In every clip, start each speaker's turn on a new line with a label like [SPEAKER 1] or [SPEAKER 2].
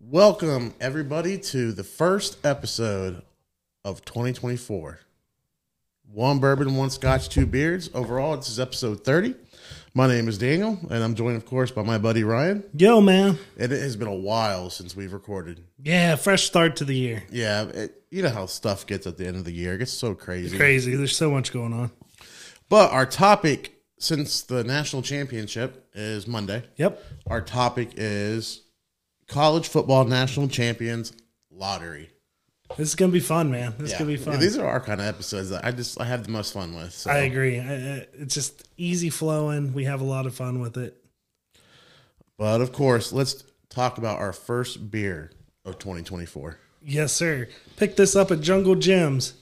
[SPEAKER 1] Welcome everybody to the first episode of 2024. One bourbon, one scotch, two beards. Overall, this is episode 30. My name is Daniel, and I'm joined, of course, by my buddy Ryan.
[SPEAKER 2] Yo, man.
[SPEAKER 1] And it has been a while since we've recorded.
[SPEAKER 2] Yeah, fresh start to the year.
[SPEAKER 1] Yeah, it, you know how stuff gets at the end of the year; it gets so crazy.
[SPEAKER 2] Crazy. There's so much going on.
[SPEAKER 1] But our topic, since the national championship is Monday,
[SPEAKER 2] Yep.
[SPEAKER 1] our topic is college football national champions lottery.
[SPEAKER 2] This is going to be fun, man. This is going to be fun.
[SPEAKER 1] Yeah, these are our kind of episodes that I just I have the most fun with. So.
[SPEAKER 2] I agree. I, I- it's just easy flowing. We have a lot of fun with it.
[SPEAKER 1] but of course, let's talk about our first beer of 2024.
[SPEAKER 2] Yes, sir. Pick this up at Jungle Gems.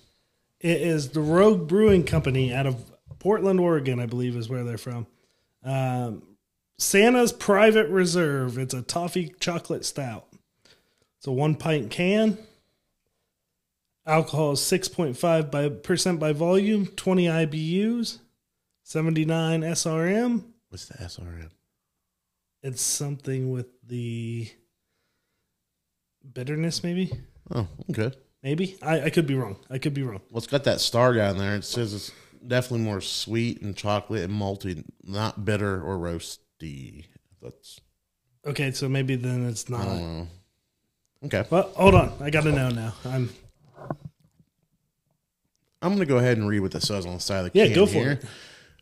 [SPEAKER 2] It is the Rogue Brewing Company out of Portland, Oregon, I believe is where they're from. Um, Santa's Private Reserve. It's a toffee chocolate stout. It's a one pint can. Alcohol is 6.5 by percent by volume, 20 IBUs, 79 SRM.
[SPEAKER 1] What's the SRM?
[SPEAKER 2] It's something with the bitterness, maybe?
[SPEAKER 1] Oh, okay.
[SPEAKER 2] Maybe. I, I could be wrong. I could be wrong.
[SPEAKER 1] Well, it's got that star down there. It says it's definitely more sweet and chocolate and malty, not bitter or roasty. That's
[SPEAKER 2] Okay, so maybe then it's
[SPEAKER 1] I
[SPEAKER 2] not.
[SPEAKER 1] don't know. Okay,
[SPEAKER 2] Well, hold on. I got to know now. I'm
[SPEAKER 1] I'm gonna go ahead and read what it says on the side of the
[SPEAKER 2] Yeah,
[SPEAKER 1] can
[SPEAKER 2] go for
[SPEAKER 1] here.
[SPEAKER 2] it.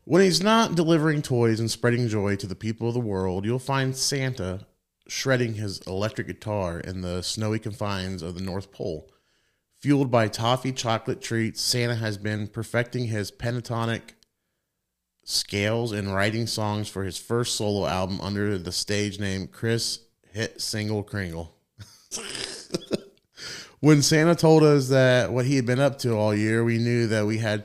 [SPEAKER 1] When he's not delivering toys and spreading joy to the people of the world, you'll find Santa shredding his electric guitar in the snowy confines of the North Pole. Fueled by toffee chocolate treats, Santa has been perfecting his pentatonic scales and writing songs for his first solo album under the stage name Chris Hit Single Kringle. when Santa told us that what he had been up to all year, we knew that we had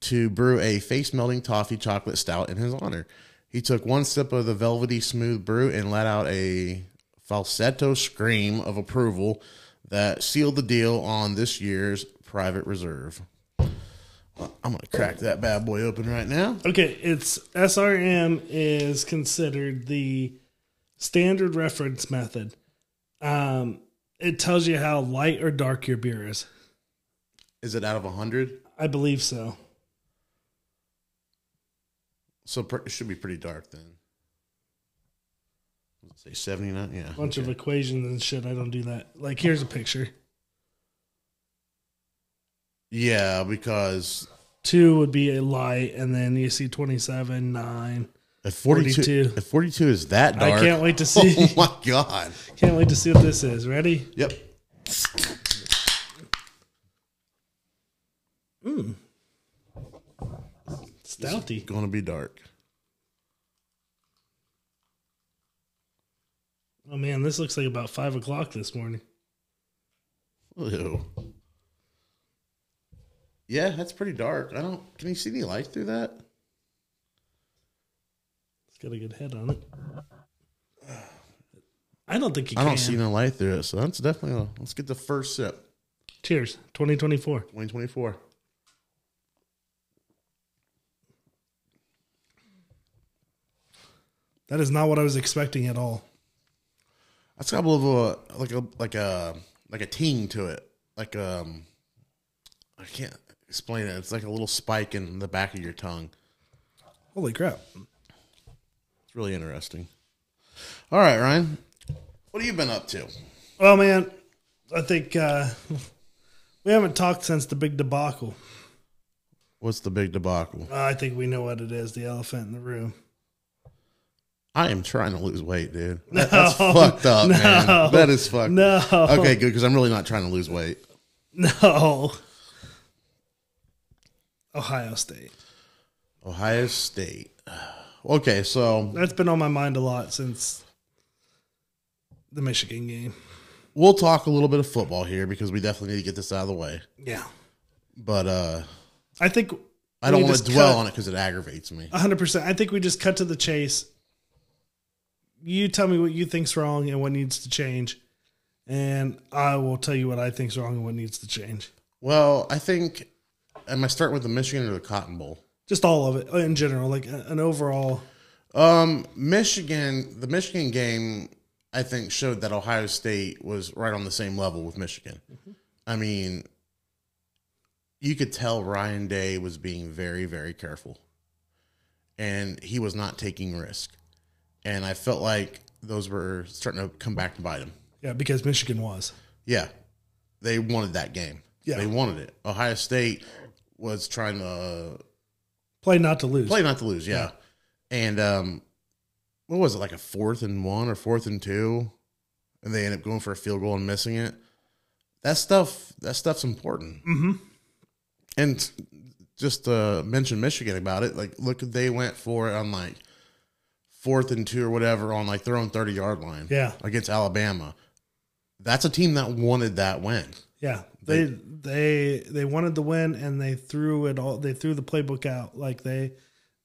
[SPEAKER 1] to brew a face melting toffee chocolate stout in his honor. He took one sip of the velvety smooth brew and let out a falsetto scream of approval that sealed the deal on this year's private reserve. Well, I'm going to crack that bad boy open right now.
[SPEAKER 2] okay. It's SRM is considered the standard reference method. Um, it tells you how light or dark your beer is.
[SPEAKER 1] Is it out of 100?
[SPEAKER 2] I believe so.
[SPEAKER 1] So pr- it should be pretty dark then. Let's say 79. Yeah.
[SPEAKER 2] Bunch of equations and shit. I don't do that. Like here's a picture.
[SPEAKER 1] Yeah, because
[SPEAKER 2] Two would be a light, and then you see twenty-seven nine.
[SPEAKER 1] If 42,
[SPEAKER 2] 42.
[SPEAKER 1] If 42 is that dark.
[SPEAKER 2] I can't wait to see.
[SPEAKER 1] Oh my God.
[SPEAKER 2] Can't wait to see what this is. Ready?
[SPEAKER 1] Yep.
[SPEAKER 2] Stouty.
[SPEAKER 1] Going to be dark.
[SPEAKER 2] Oh man, this looks like about five o'clock this morning.
[SPEAKER 1] Ew. Yeah, that's pretty dark. I don't. Can you see any light through that?
[SPEAKER 2] It's got a good head on it. I don't think you
[SPEAKER 1] I
[SPEAKER 2] can.
[SPEAKER 1] don't see no light through it. So that's definitely. A, let's get the first sip.
[SPEAKER 2] Cheers, 2024.
[SPEAKER 1] 2024.
[SPEAKER 2] That is not what I was expecting at all.
[SPEAKER 1] That's got a little of a, like a like a like a ting to it. Like um, I can't explain it. It's like a little spike in the back of your tongue.
[SPEAKER 2] Holy crap!
[SPEAKER 1] It's really interesting. All right, Ryan. What have you been up to?
[SPEAKER 2] Well, man, I think uh, we haven't talked since the big debacle.
[SPEAKER 1] What's the big debacle?
[SPEAKER 2] Uh, I think we know what it is—the elephant in the room.
[SPEAKER 1] I am trying to lose weight, dude. That- that's fucked up,
[SPEAKER 2] no,
[SPEAKER 1] man. That is fucked.
[SPEAKER 2] No,
[SPEAKER 1] Okay, good because I'm really not trying to lose weight.
[SPEAKER 2] no. Ohio State.
[SPEAKER 1] Ohio State. Okay, so
[SPEAKER 2] That's been on my mind a lot since the Michigan game.
[SPEAKER 1] we'll talk a little bit of football here because we definitely need to get this out of the way.
[SPEAKER 2] Yeah,
[SPEAKER 1] But uh
[SPEAKER 2] I think
[SPEAKER 1] I don't
[SPEAKER 2] We
[SPEAKER 1] want
[SPEAKER 2] just
[SPEAKER 1] to dwell
[SPEAKER 2] cut-
[SPEAKER 1] on it because it aggravates me.
[SPEAKER 2] 100%. I think we just cut to the chase. You tell me what you think's wrong and what needs to change, and I will tell you what I think's wrong and what needs to change.
[SPEAKER 1] Well, I think am I starting with the Michigan or the Cotton Bowl?
[SPEAKER 2] Just all of it uh, in general, like a- an overall.
[SPEAKER 1] Um, Michigan, the Michigan game I think showed that Ohio State was right on the same level with Michigan. I mean, you could tell Ryan Day was being very, very careful and he was not taking risk. And I felt like those were starting to come back to bite him.
[SPEAKER 2] Yeah, because Michigan was.
[SPEAKER 1] Yeah. They wanted that game.
[SPEAKER 2] Yeah.
[SPEAKER 1] They wanted it. Ohio State was trying to
[SPEAKER 2] Play not to lose.
[SPEAKER 1] play not to lose. Yeah. And um, what was it like a fourth and one or fourth and two, and they end up going for a field goal and missing it. That stuff. That stuff's important. Mm-hmm. And just to mention Michigan about it, like look, they went for it on like fourth and two or whatever on like their own thirty yard line.
[SPEAKER 2] Yeah.
[SPEAKER 1] Against Alabama. That's a team that wanted that win.
[SPEAKER 2] Yeah. They they they wanted the win and they threw it all they threw the playbook out. Like they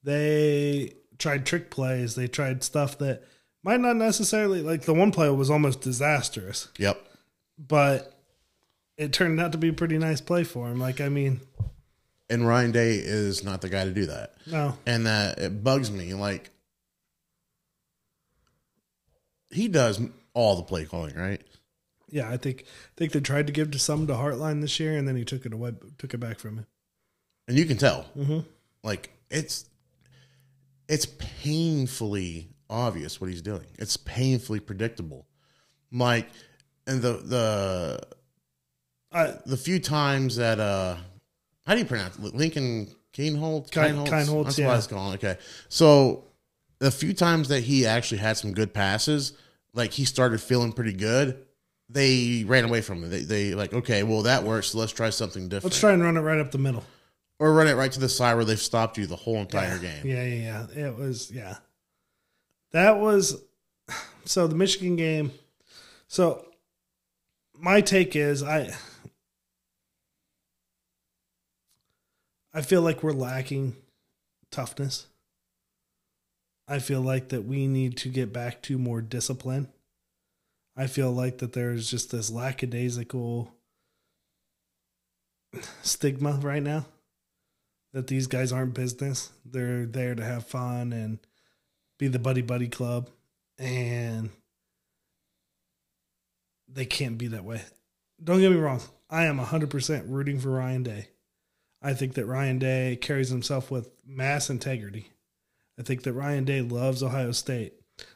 [SPEAKER 2] they tried trick plays, they tried stuff that might not necessarily like the one play was almost disastrous,
[SPEAKER 1] Yep.
[SPEAKER 2] but it turned out to be a pretty nice play for him. Like I mean,
[SPEAKER 1] And Ryan Day is not the guy to do that.
[SPEAKER 2] no.
[SPEAKER 1] and that it bugs me. Like he does all the play calling, right?
[SPEAKER 2] Yeah, I think I think they tried to give to some to Heartline this year and then he took it away took it back from him.
[SPEAKER 1] And you can tell,
[SPEAKER 2] Mhm.
[SPEAKER 1] like it's it's painfully obvious what he's doing. It's painfully predictable. Like, and the the
[SPEAKER 2] I
[SPEAKER 1] the few times that uh, how do you pronounce it? Lincoln Keinholz?
[SPEAKER 2] Kein- Keinholz,
[SPEAKER 1] That's
[SPEAKER 2] yeah.
[SPEAKER 1] what I was calling. Okay, so the few times that he actually had some good passes, like he started feeling pretty good, they ran away from it. They, they like, okay, well that works. So let's try something different,
[SPEAKER 2] let's try and run it right up the middle.
[SPEAKER 1] or run it right to the side where they've stopped you the whole entire game.
[SPEAKER 2] Yeah, yeah, yeah. It was yeah. That was so the Michigan game. So my take is I I feel like we're lacking toughness. I feel like that we need to get back to more discipline. I feel like that there's just this lackadaisical stigma right now that these guys aren't business. They're there to have fun and be the buddy buddy club and they can't be that way. Don't get me wrong. I am 100% rooting for Ryan Day. I think that Ryan Day carries himself with mass integrity. I think that Ryan Day loves Ohio State,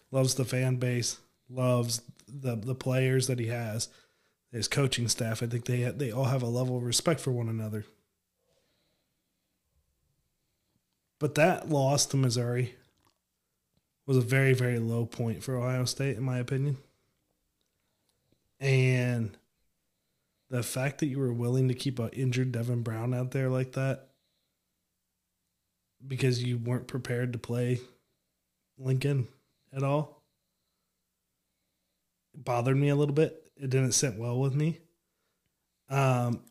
[SPEAKER 2] loves the fan base, loves the the players that he has, his coaching staff. I think they they all have a level of respect for one another. But that loss to Missouri was a very, very low point for Ohio State, in my opinion. And the fact that you were willing to keep an injured Devin Brown out there like that because you weren't prepared to play Lincoln at all bothered me a little bit. It didn't sit well with me. Um,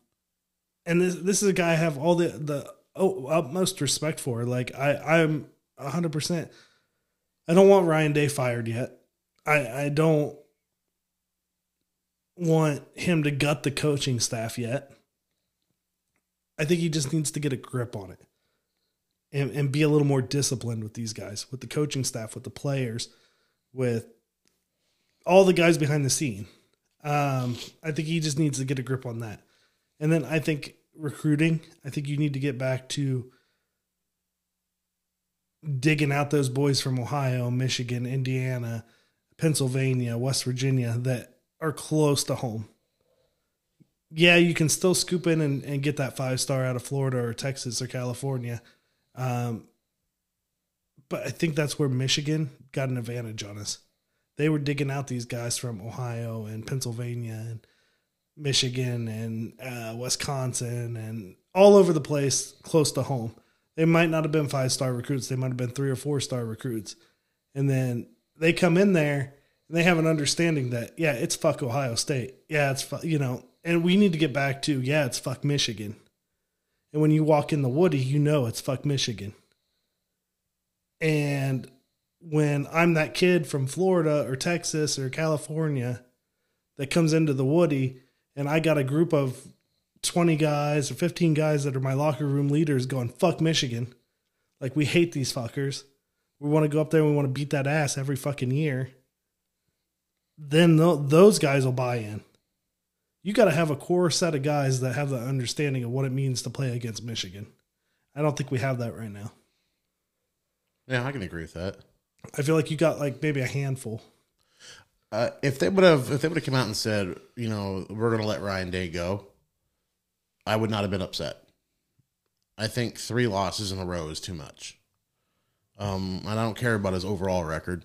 [SPEAKER 2] and this this is a guy I have all the the oh, utmost respect for. Like I I'm hundred percent. I don't want Ryan Day fired yet. I I don't want him to gut the coaching staff yet. I think he just needs to get a grip on it and, and be a little more disciplined with these guys, with the coaching staff, with the players, with all the guys behind the scene. Um, I think he just needs to get a grip on that. And then I think recruiting, I think you need to get back to digging out those boys from Ohio, Michigan, Indiana, Pennsylvania, West Virginia that are close to home. Yeah, you can still scoop in and, and get that five star out of Florida or Texas or California. Um, but I think that's where Michigan got an advantage on us. They were digging out these guys from Ohio and Pennsylvania and Michigan and uh, Wisconsin and all over the place close to home. They might not have been five star recruits, they might have been three or four star recruits. And then they come in there and they have an understanding that, yeah, it's fuck Ohio State. Yeah, it's, fu- you know, and we need to get back to, yeah, it's fuck Michigan. And when you walk in the Woody, you know it's fuck Michigan. And when I'm that kid from Florida or Texas or California that comes into the Woody and I got a group of 20 guys or 15 guys that are my locker room leaders going, fuck Michigan. Like, we hate these fuckers. We want to go up there and we want to beat that ass every fucking year. then tho- those guys will buy in. You got to have a core set of guys that have the understanding of what it means to play against Michigan. I don't think we have that right now.
[SPEAKER 1] Yeah, I can agree with that.
[SPEAKER 2] I feel like you got like maybe a handful.
[SPEAKER 1] Uh, if they would have, if they would have come out and said, you know, we're going to let Ryan Day go, I would not have been upset. I think three losses in a row is too much. Um, and I don't care about his overall record.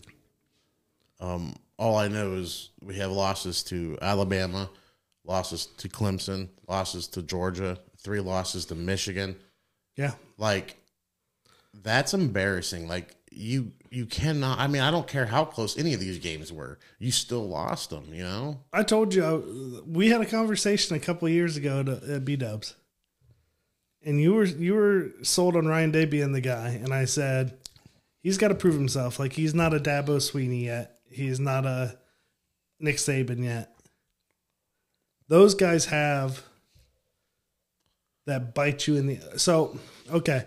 [SPEAKER 1] Um, all I know is we have losses to Alabama, losses to Clemson, losses to Georgia, three losses to Michigan.
[SPEAKER 2] Yeah.
[SPEAKER 1] like that's embarrassing like you you cannot i mean i don't care how close any of these games were you still lost them you know
[SPEAKER 2] I told you I- we had a conversation a couple of years ago to, at B Dubs, and you were you were sold on Ryan Day being the guy, and I said he's got to prove himself. Like he's not a Dabo Sweeney yet. He's not a Nick Saban yet. Those guys have that bite you in the so okay.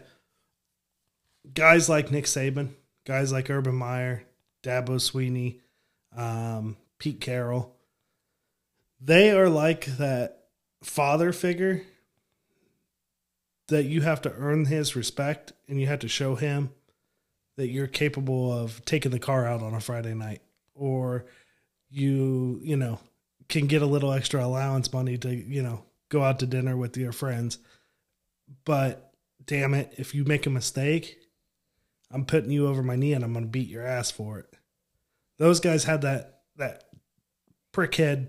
[SPEAKER 2] Guys like Nick Saban, guys like Urban Meyer, Dabo Sweeney, um, Pete Carroll they are like that father figure that you have to earn his respect and you have to show him that you're capable of taking the car out on a Friday night or you, you know, can get a little extra allowance money to, you know, go out to dinner with your friends. But damn it, if you make a mistake, I'm putting you over my knee and I'm going to beat your ass for it. Those guys had that that prickhead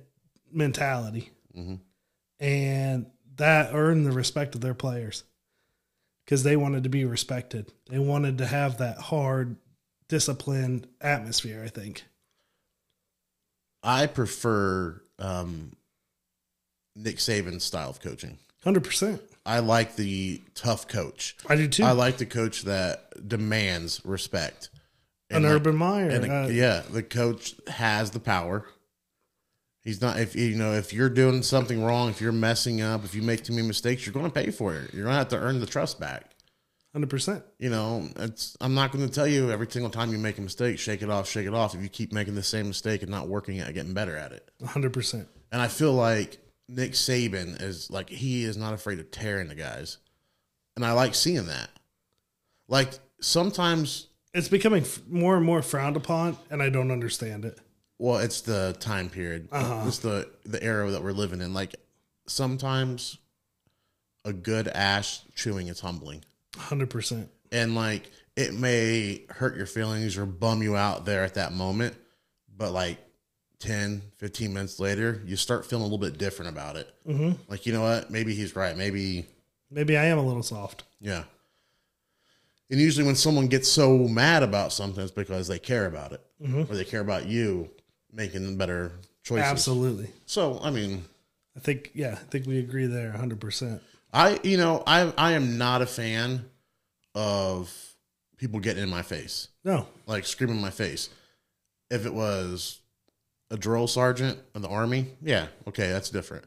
[SPEAKER 2] mentality,
[SPEAKER 1] Mhm.
[SPEAKER 2] and that earned the respect of their players because they wanted to be respected. They wanted to have that hard, disciplined atmosphere. I think.
[SPEAKER 1] i prefer um nick saban's style of coaching
[SPEAKER 2] Hundred percent.
[SPEAKER 1] i like the tough coach
[SPEAKER 2] I do too.
[SPEAKER 1] i like the coach that demands respect
[SPEAKER 2] An
[SPEAKER 1] like-
[SPEAKER 2] Urban Meyer.
[SPEAKER 1] And the-
[SPEAKER 2] uh,
[SPEAKER 1] yeah, the coach has the power. He's not if you know if you're doing something wrong, if you're messing up, if you make too many mistakes, you're going to pay for it. You're going to have to earn the trust back.
[SPEAKER 2] Hundred percent.
[SPEAKER 1] You know, it's I'm not going to tell you every single time you make a mistake, shake it off, shake it off. If you keep making the same mistake and not working at getting better at it,
[SPEAKER 2] Hundred percent.
[SPEAKER 1] and I feel like Nick Saban is like he is not afraid of tearing the guys, and I like seeing that. Like sometimes,
[SPEAKER 2] It's becoming f- more and more frowned upon, and I don't understand it.
[SPEAKER 1] well it's the time period it's the the era that we're living in like sometimes a good ash chewing is humbling
[SPEAKER 2] Hundred percent.
[SPEAKER 1] and like it may hurt your feelings or bum you out there at that moment but like 10 15 minutes later you start feeling a little bit different about it
[SPEAKER 2] hmm
[SPEAKER 1] like you know what maybe he's right maybe
[SPEAKER 2] Maybe I am a little soft.
[SPEAKER 1] yeah and usually when someone gets so mad about something it's because they care about it
[SPEAKER 2] Mhm.
[SPEAKER 1] or they care about you making better choices
[SPEAKER 2] Absolutely.
[SPEAKER 1] so i mean
[SPEAKER 2] I think yeah. I think we agree there. Hundred percent.
[SPEAKER 1] I you know I I am not a fan of people getting in my face,
[SPEAKER 2] No.
[SPEAKER 1] like screaming in my face. If it was a drill sergeant in the army, yeah, okay, that's different.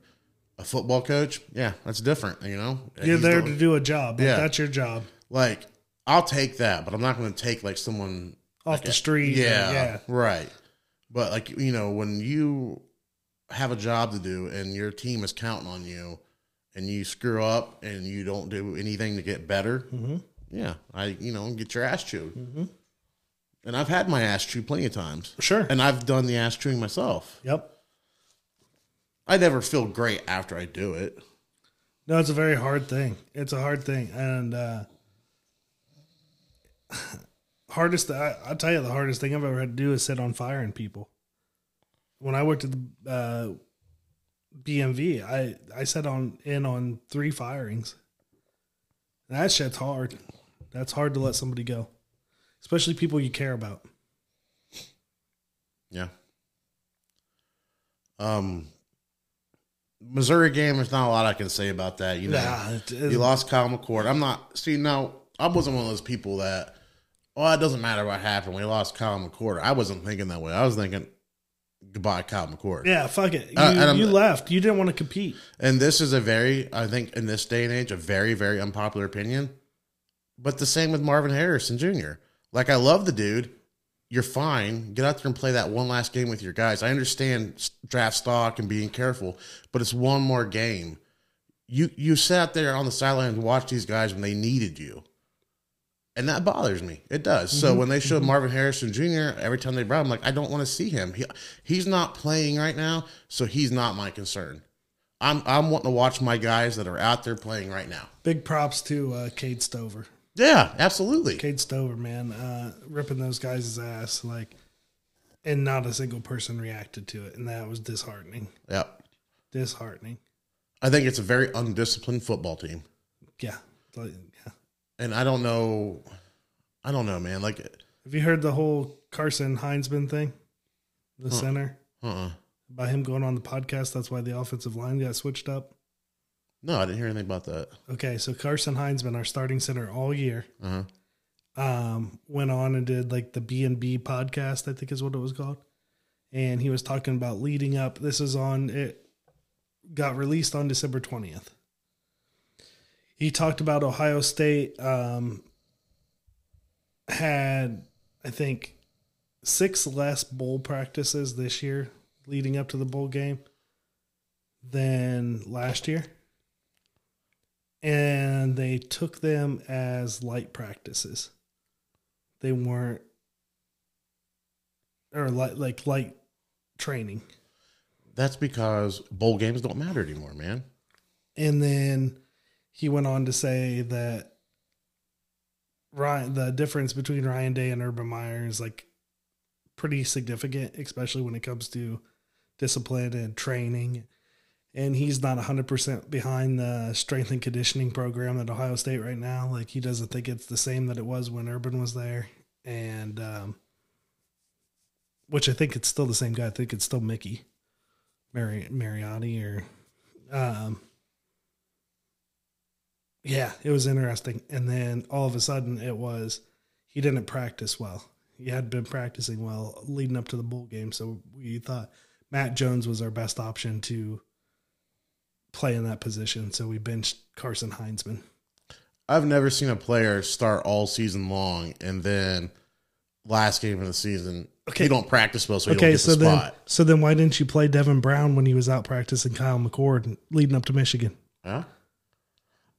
[SPEAKER 1] A football coach, yeah, that's different. You know,
[SPEAKER 2] You're
[SPEAKER 1] He's
[SPEAKER 2] there
[SPEAKER 1] the-
[SPEAKER 2] to do a job. Like,
[SPEAKER 1] Yeah.
[SPEAKER 2] That's your job.
[SPEAKER 1] like I'll take that, but I'm not going to take like someone.
[SPEAKER 2] Off
[SPEAKER 1] like,
[SPEAKER 2] the street. or-
[SPEAKER 1] yeah,
[SPEAKER 2] yeah.
[SPEAKER 1] right. But like you know, when you have a job to do and your team is counting on you, and you screw up and you don't do anything to get better,
[SPEAKER 2] Mm-hmm.
[SPEAKER 1] Yeah, I you know get your ass chewed, and I've had my ass chewed plenty of times,
[SPEAKER 2] Sure.
[SPEAKER 1] and I've done the ass chewing myself.
[SPEAKER 2] yep.
[SPEAKER 1] I never feel great after I do it.
[SPEAKER 2] No, it's a very hard thing. It's a hard thing, and uh, hardest. I, I'll tell you, the hardest thing I've ever had to do is set on fire in people. When I worked at the uh, BMV, I I set on in on three firings. That shit's hard. That's hard to let somebody go, especially people you care about.
[SPEAKER 1] Yeah. Um, Missouri game. There's not a lot I can say about that. You know,
[SPEAKER 2] Nah, it- it-
[SPEAKER 1] you lost Kyle McCord. I'm not. See, now I wasn't one of those people that. Well, it doesn't matter what happened. We lost Kyle McCord. I wasn't thinking that way. I was thinking goodbye, Kyle McCord.
[SPEAKER 2] yeah, fuck it. You,
[SPEAKER 1] Uh, and I'm-
[SPEAKER 2] you left. You didn't want to compete.
[SPEAKER 1] And this is a very, I think, in this day and age, a very, very unpopular opinion. But the same with Marvin Harrison Jr. Like, I love the dude, you're fine. Get out there and play that one last game with your guys. I understand s- draft stock and being careful, but it's one more game. You you sat there on the sideline and watched these guys when they needed you. And that bothers me. It does. So when they showed Marvin Harrison Jr., every time they brought him, like, I don't want to see him. He, he's not playing right now, so he's not my concern. I'm I'm wanting to watch my guys that are out there playing right now.
[SPEAKER 2] Big props to uh, Cade Stover.
[SPEAKER 1] Yeah, absolutely.
[SPEAKER 2] Cade Stover, man, uh, ripping those guys' ass like, and not a single person reacted to it, and that was disheartening.
[SPEAKER 1] Yep.
[SPEAKER 2] Disheartening.
[SPEAKER 1] I think it's a very undisciplined football team.
[SPEAKER 2] Yeah. Like, yeah.
[SPEAKER 1] And I don't know I don't know, man. Like
[SPEAKER 2] Have you heard the whole Carson Heinzman thing? The center
[SPEAKER 1] uh-uh.
[SPEAKER 2] by him going on the podcast. That's why the offensive line got switched up.
[SPEAKER 1] No, I didn't hear anything about that.
[SPEAKER 2] Okay, so Carson Heinzman, our starting center all year,
[SPEAKER 1] Uh-huh.
[SPEAKER 2] um, went on and did like the B and B podcast, I think is what it was called, and he was talking about leading up. This is on it got released on December twentieth. He talked about Ohio State um, had I think six less bowl practices this year leading up to the bowl game than last year. And they took them as light practices. They weren't or like like light training.
[SPEAKER 1] That's because bowl games don't matter anymore, man.
[SPEAKER 2] And then he went on to say that Ryan, the difference between Ryan Day and Urban Meyer is like pretty significant, especially when it comes to discipline and training. And he's not 100% behind the strength and conditioning program at Ohio State right now. Like, he doesn't think it's the same that it was when Urban was there. And, um, which I think it's still the same guy. I think it's still Mickey Mari- Mariotti or, um, yeah, it was interesting. And then all of a sudden, it was he didn't practice well. He had been practicing well leading up to the bowl game, so we thought Matt Jones was our best option to play in that position. So we benched Carson Heinzman.
[SPEAKER 1] I've never seen a player start all season long and then last game of the season
[SPEAKER 2] Okay.
[SPEAKER 1] he don't practice well, so he don't
[SPEAKER 2] Okay,
[SPEAKER 1] get
[SPEAKER 2] so
[SPEAKER 1] the
[SPEAKER 2] then
[SPEAKER 1] spot.
[SPEAKER 2] so then why didn't you play Devin Brown when he was out practicing Kyle McCord leading up to Michigan?
[SPEAKER 1] Huh?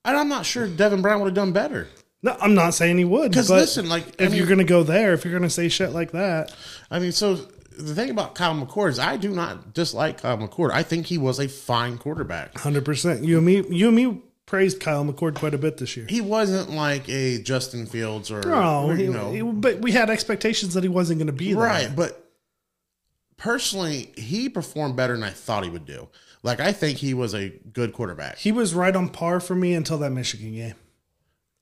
[SPEAKER 1] And I'm not sure Devin Brown would have done better.
[SPEAKER 2] No, I'm not saying he would.
[SPEAKER 1] Because
[SPEAKER 2] but
[SPEAKER 1] listen, like I
[SPEAKER 2] if
[SPEAKER 1] mean,
[SPEAKER 2] you're gonna go there, if you're gonna say shit like that,
[SPEAKER 1] I mean, so the thing about Kyle McCord is I do not dislike Kyle McCord. I think he was a fine quarterback.
[SPEAKER 2] hundred percent. You and me, you and me praised Kyle McCord quite a bit this year.
[SPEAKER 1] He wasn't like a Justin Fields or,
[SPEAKER 2] No,
[SPEAKER 1] or,
[SPEAKER 2] he-
[SPEAKER 1] you know,
[SPEAKER 2] he- but we had expectations that he wasn't going to be there.
[SPEAKER 1] right. But personally, he performed better than I thought he would do. Like I think he was a good quarterback.
[SPEAKER 2] He was right on par for me until that Michigan game.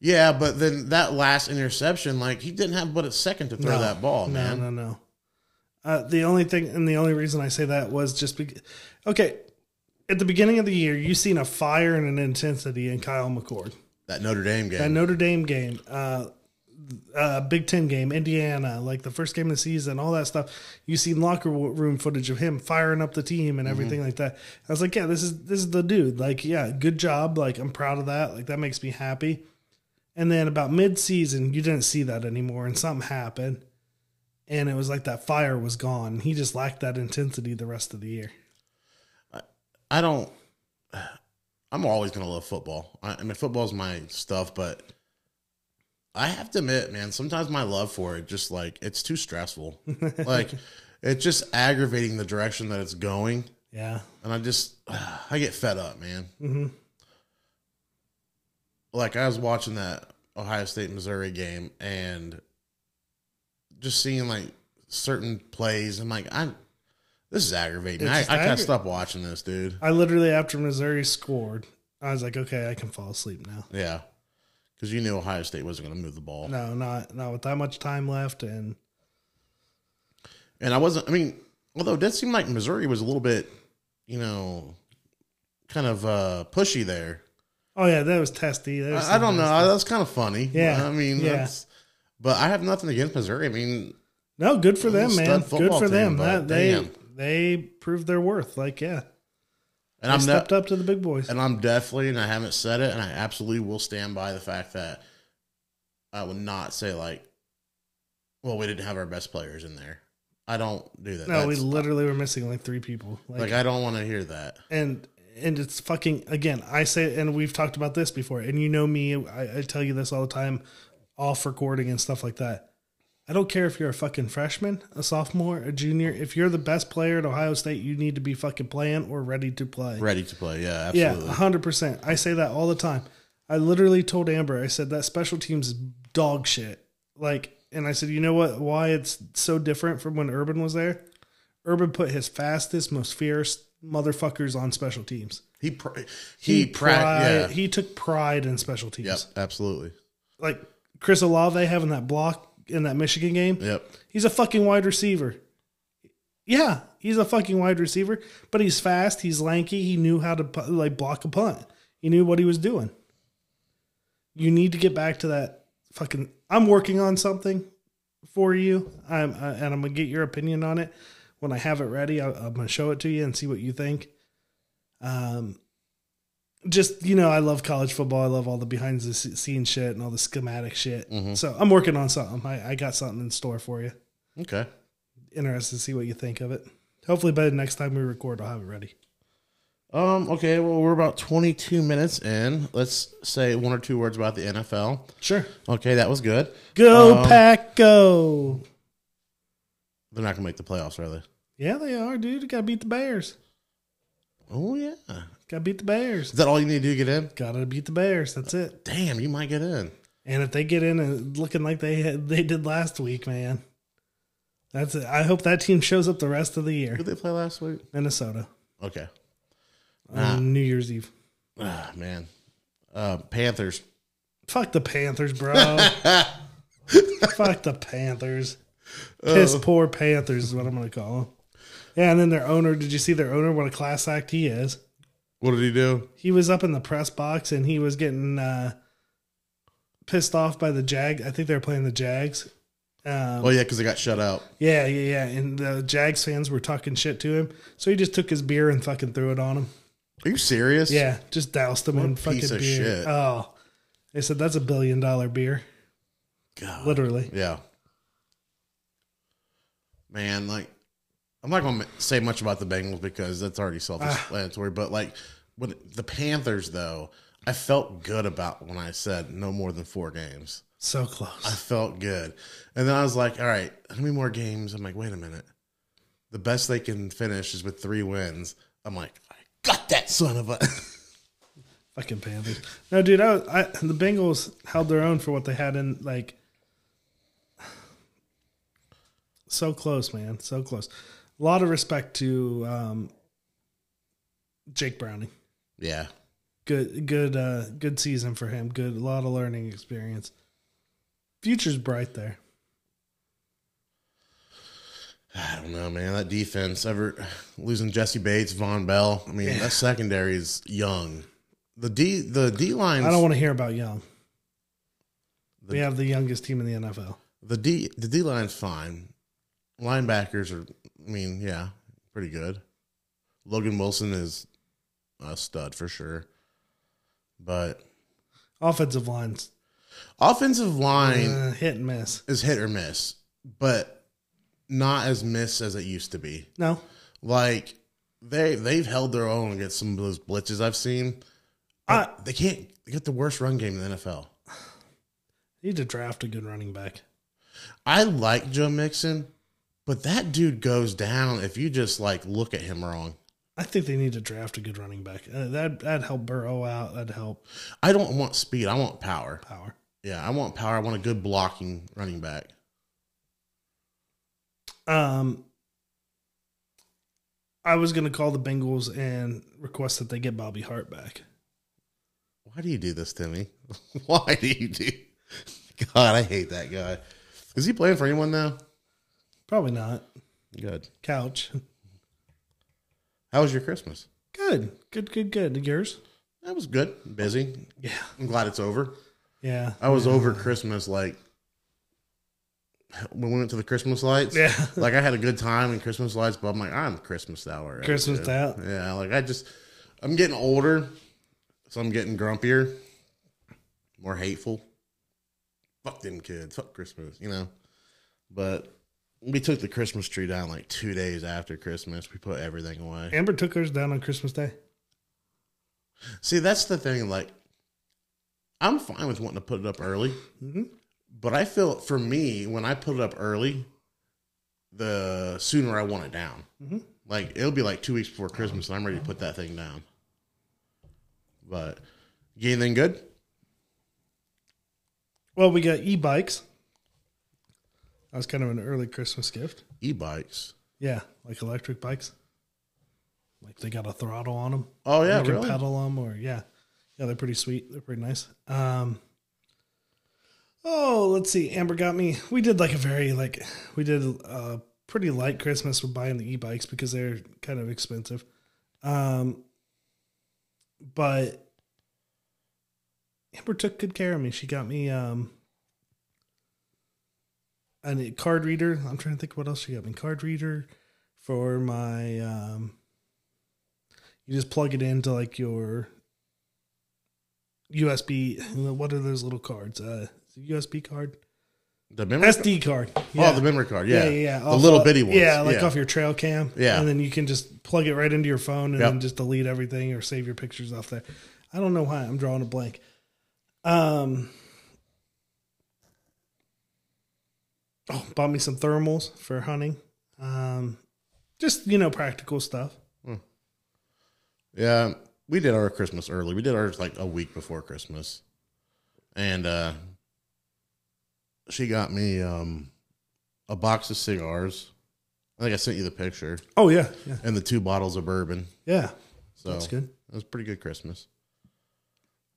[SPEAKER 1] Yeah, but then that last interception, like he didn't have but a second to throw
[SPEAKER 2] No,
[SPEAKER 1] that ball,
[SPEAKER 2] no,
[SPEAKER 1] man.
[SPEAKER 2] no, no. Uh, the only thing, and the only reason I say that was just because. Okay, at the beginning of the year, you seen a fire and an intensity in Kyle McCord.
[SPEAKER 1] That Notre Dame game.
[SPEAKER 2] That Notre Dame game, uh, uh, Big Ten game, Indiana, like the first game of the season, all that stuff. You seen locker wo- room footage of him firing up the team and everything like that. I was like, yeah, this is this is the dude. Like, yeah, good job. Like, I'm proud of that. Like, that makes me happy. And then about mid season, you didn't see that anymore, and something happened, and it was like that fire was gone. He just lacked that intensity the rest of the year.
[SPEAKER 1] I don't. I'm always gonna love football. I, I mean, football's my stuff, but I have to admit, man, sometimes my love for it just like it's too stressful. like it's just aggravating the direction that it's going,
[SPEAKER 2] Yeah,
[SPEAKER 1] and I just I get fed up, man.
[SPEAKER 2] Mm-hmm.
[SPEAKER 1] Like I was watching that Ohio State Missouri game and just seeing like certain plays. I'm like, I this is aggravating.
[SPEAKER 2] It's
[SPEAKER 1] I,
[SPEAKER 2] just
[SPEAKER 1] I gotta
[SPEAKER 2] aggra-
[SPEAKER 1] stop watching this, dude.
[SPEAKER 2] I literally after Missouri scored, I was like, okay, I can fall asleep now.
[SPEAKER 1] Yeah, because you knew Ohio State wasn't going to move the ball,
[SPEAKER 2] No, not not with that much time left, and
[SPEAKER 1] and I wasn't. I mean, although it did seem like Missouri was a little bit, you know, kind of uh, pushy there.
[SPEAKER 2] oh yeah, that was testy. That was
[SPEAKER 1] I, I don't know. That's kind of funny.
[SPEAKER 2] Yeah,
[SPEAKER 1] I mean,
[SPEAKER 2] yeah.
[SPEAKER 1] that's, but I have nothing against Missouri. I mean,
[SPEAKER 2] No, good for them,
[SPEAKER 1] Stud
[SPEAKER 2] man. Good
[SPEAKER 1] football
[SPEAKER 2] for
[SPEAKER 1] team,
[SPEAKER 2] them.
[SPEAKER 1] but
[SPEAKER 2] That, they
[SPEAKER 1] damn.
[SPEAKER 2] they proved their worth. Like yeah,
[SPEAKER 1] and
[SPEAKER 2] they
[SPEAKER 1] I'm not.
[SPEAKER 2] stepped up to the big boys.
[SPEAKER 1] and I'm definitely, and I haven't said it, and I absolutely will stand by the fact that I would not say like Well, we didn't have our best players in there. I don't do that.
[SPEAKER 2] No, we
[SPEAKER 1] That's-
[SPEAKER 2] literally were missing like three people. Like,
[SPEAKER 1] like I don't want to hear that.
[SPEAKER 2] and and it's fucking again. I say, and we've talked about this before, and you know me. I, I tell you this all the time, off recording and stuff like that. I don't care if you're a fucking freshman, a sophomore, a junior. If you're the best player at Ohio State, you need to be fucking playing or ready to play.
[SPEAKER 1] Ready to play? Yeah,
[SPEAKER 2] Yeah,
[SPEAKER 1] absolutely.
[SPEAKER 2] hundred percent. I say that all the time. I literally told Amber, I said that special teams is dog shit. Like, and I said, you know what? Why it's so different from when Urban was there? Urban put his fastest, most fierce motherfuckers on special teams.
[SPEAKER 1] He pr- he, pra-
[SPEAKER 2] pride,
[SPEAKER 1] yeah.
[SPEAKER 2] he took pride in special teams.
[SPEAKER 1] Yep, absolutely.
[SPEAKER 2] Like Chris Olave having that block in that Michigan game.
[SPEAKER 1] Yep.
[SPEAKER 2] He's a fucking wide receiver. Yeah, he's a fucking wide receiver, but he's fast. He's lanky. He knew how to pu- like block a punt. He knew what he was doing. You need to get back to that fucking. I'm working on something for you. I'm uh, and I'm gonna get your opinion on it when I have it ready. I, I'm gonna show it to you and see what you think. Um, just you know, I love college football. I love all the behind the sce- scenes shit and all the schematic shit. So I'm working on something. I, I got something in store for you
[SPEAKER 1] Okay.
[SPEAKER 2] interested to see what you think of it. Hopefully, by the next time we record, I'll have it ready.
[SPEAKER 1] Um. Okay. Well, we're about 22 minutes in. Let's say one or two words about the NFL.
[SPEAKER 2] Sure.
[SPEAKER 1] Okay, that was good.
[SPEAKER 2] Go
[SPEAKER 1] Um,
[SPEAKER 2] pack, go.
[SPEAKER 1] They're not gonna make the playoffs, are they?
[SPEAKER 2] Yeah, they are, dude. Got to beat the Bears.
[SPEAKER 1] Oh yeah.
[SPEAKER 2] Got to beat the Bears.
[SPEAKER 1] Is that all you need to do to get in?
[SPEAKER 2] Got to beat the Bears. That's it.
[SPEAKER 1] Damn, you might get in.
[SPEAKER 2] And if they get in and looking like they had, they did last week, man, that's it. I hope that team shows up the rest of the year.
[SPEAKER 1] Who did they play last week?
[SPEAKER 2] Minnesota
[SPEAKER 1] Okay.
[SPEAKER 2] on New Year's Eve.
[SPEAKER 1] Ah, man. Uh, Panthers.
[SPEAKER 2] Fuck the Panthers, bro. Fuck the Panthers.
[SPEAKER 1] Oh.
[SPEAKER 2] Piss poor Panthers is what I'm going to call them. Yeah, and then their owner. Did you see their owner? What a class act he is.
[SPEAKER 1] What did he do?
[SPEAKER 2] He was up in the press box and he was getting uh, pissed off by the Jag. I think they were playing the Jags. Um,
[SPEAKER 1] Oh yeah, because they got shut out.
[SPEAKER 2] yeah, yeah, yeah. And the Jags fans were talking shit to him. So he just took his beer and fucking threw it on him.
[SPEAKER 1] Are you serious?
[SPEAKER 2] Yeah, just doused him in
[SPEAKER 1] piece
[SPEAKER 2] fucking
[SPEAKER 1] of
[SPEAKER 2] beer.
[SPEAKER 1] shit.
[SPEAKER 2] Oh, they said that's a billion dollar beer.
[SPEAKER 1] God.
[SPEAKER 2] Literally.
[SPEAKER 1] Yeah. Man, like, I'm not gonna say much about the Bengals because that's already self-explanatory. But like, when the Panthers, though, I felt good about when I said no more than four games.
[SPEAKER 2] So close.
[SPEAKER 1] I felt good, and then I was like, all right, how many more games? I'm like, wait a minute. The best they can finish is with three wins. I'm like, I got that son of a.
[SPEAKER 2] Fucking Panthers. No, dude, I, I the Bengals held their own for what they had in like. So close, man. So close. A lot of respect to um, Jake Browning.
[SPEAKER 1] yeah,
[SPEAKER 2] Good, good, uh, good season for him. Good, a lot of learning experience. Future's bright there.
[SPEAKER 1] I don't know, man. That defense, ever losing Jesse Bates, Von Bell. I mean, that secondary is young. The D, the D line.
[SPEAKER 2] I don't want to hear about young.
[SPEAKER 1] The-
[SPEAKER 2] we have the youngest team in the NFL.
[SPEAKER 1] the D, the D line's fine. Linebackers are, I mean, yeah, pretty good. Logan Wilson is a stud for sure, but
[SPEAKER 2] Offensive lines
[SPEAKER 1] offensive line
[SPEAKER 2] uh, hit and miss.
[SPEAKER 1] is hit or miss, but not as miss as it used to be.
[SPEAKER 2] No,
[SPEAKER 1] Like they they've held their own against some of those blitzes I've seen.
[SPEAKER 2] I
[SPEAKER 1] But they can't they got the worst run game in the NFL.
[SPEAKER 2] need to draft a good running back.
[SPEAKER 1] I like Joe Mixon, but that dude goes down if you just like look at him wrong.
[SPEAKER 2] I think they need to draft a good running back. Uh, that that'd help Burrow out. That'd help
[SPEAKER 1] I don't want speed. I want power.
[SPEAKER 2] Power.
[SPEAKER 1] Yeah, I want power. I want a good blocking running back.
[SPEAKER 2] Um, I was gonna call the Bengals and request that they get Bobby Hart back.
[SPEAKER 1] Why do you do this to me? Why do you do? God, I hate that guy. Is he playing for anyone now?
[SPEAKER 2] Probably not.
[SPEAKER 1] Good.
[SPEAKER 2] Couch.
[SPEAKER 1] How was your Christmas?
[SPEAKER 2] Good. Good. Good. Good. Yours?
[SPEAKER 1] That was good. Busy.
[SPEAKER 2] Yeah.
[SPEAKER 1] I'm glad it's over.
[SPEAKER 2] Yeah.
[SPEAKER 1] I was over Christmas, like when we went to the Christmas lights.
[SPEAKER 2] Yeah.
[SPEAKER 1] like I had a good time in Christmas lights, but I'm like, I'm Christmas hour.
[SPEAKER 2] Christmas out.
[SPEAKER 1] Yeah, like I just, I'm getting older, so I'm getting grumpier, more hateful. Fuck them kids. Fuck Christmas. You know, But we took the Christmas tree down like two days after Christmas. We put everything away.
[SPEAKER 2] Amber took hers down on Christmas Day.
[SPEAKER 1] See, that's the thing. Like, I'm fine with wanting to put it up early,
[SPEAKER 2] Mm-hmm.
[SPEAKER 1] but I feel for me when I put it up early, the sooner I want it down.
[SPEAKER 2] Mm-hmm.
[SPEAKER 1] Like it'll be like two weeks before Christmas, and I'm ready to put that thing down. But you anything good?
[SPEAKER 2] Well, we got e-bikes. That was kind of an early Christmas gift.
[SPEAKER 1] E-bikes.
[SPEAKER 2] Yeah, like electric bikes. Like they got a throttle on them.
[SPEAKER 1] Oh yeah,
[SPEAKER 2] you can
[SPEAKER 1] really?
[SPEAKER 2] pedal them, or yeah, yeah, they're pretty sweet. They're pretty nice. Um, oh, let's see. Amber got me. We did like a very like we did a pretty light Christmas with buying the e-bikes because they're kind of expensive. Um, but Amber took good care of me. She got me um a card reader. I'm trying to think what else she got me. Card reader for my um you just plug it into like your USB what are those little cards? Uh is it USB card?
[SPEAKER 1] The memory.
[SPEAKER 2] SD card. Yeah.
[SPEAKER 1] Oh, the memory card.
[SPEAKER 2] yeah,
[SPEAKER 1] Yeah,
[SPEAKER 2] yeah, yeah.
[SPEAKER 1] The
[SPEAKER 2] Off
[SPEAKER 1] little
[SPEAKER 2] of-
[SPEAKER 1] bitty ones.
[SPEAKER 2] Yeah, like off your trail cam.
[SPEAKER 1] Yeah.
[SPEAKER 2] And then you can just plug it right into your phone and
[SPEAKER 1] Yep.
[SPEAKER 2] then just delete everything or save your pictures off there. I don't know why I'm drawing a blank. Um, oh, bought me some thermals for hunting. Um, just you know, practical stuff.
[SPEAKER 1] Yeah, we did our Christmas early. We did ours like a week before Christmas. And uh she got me um a box of cigars. I think I sent you the picture
[SPEAKER 2] Oh yeah, yeah,
[SPEAKER 1] and the two bottles of bourbon.
[SPEAKER 2] yeah.
[SPEAKER 1] So
[SPEAKER 2] That's good.
[SPEAKER 1] It was a pretty good Christmas.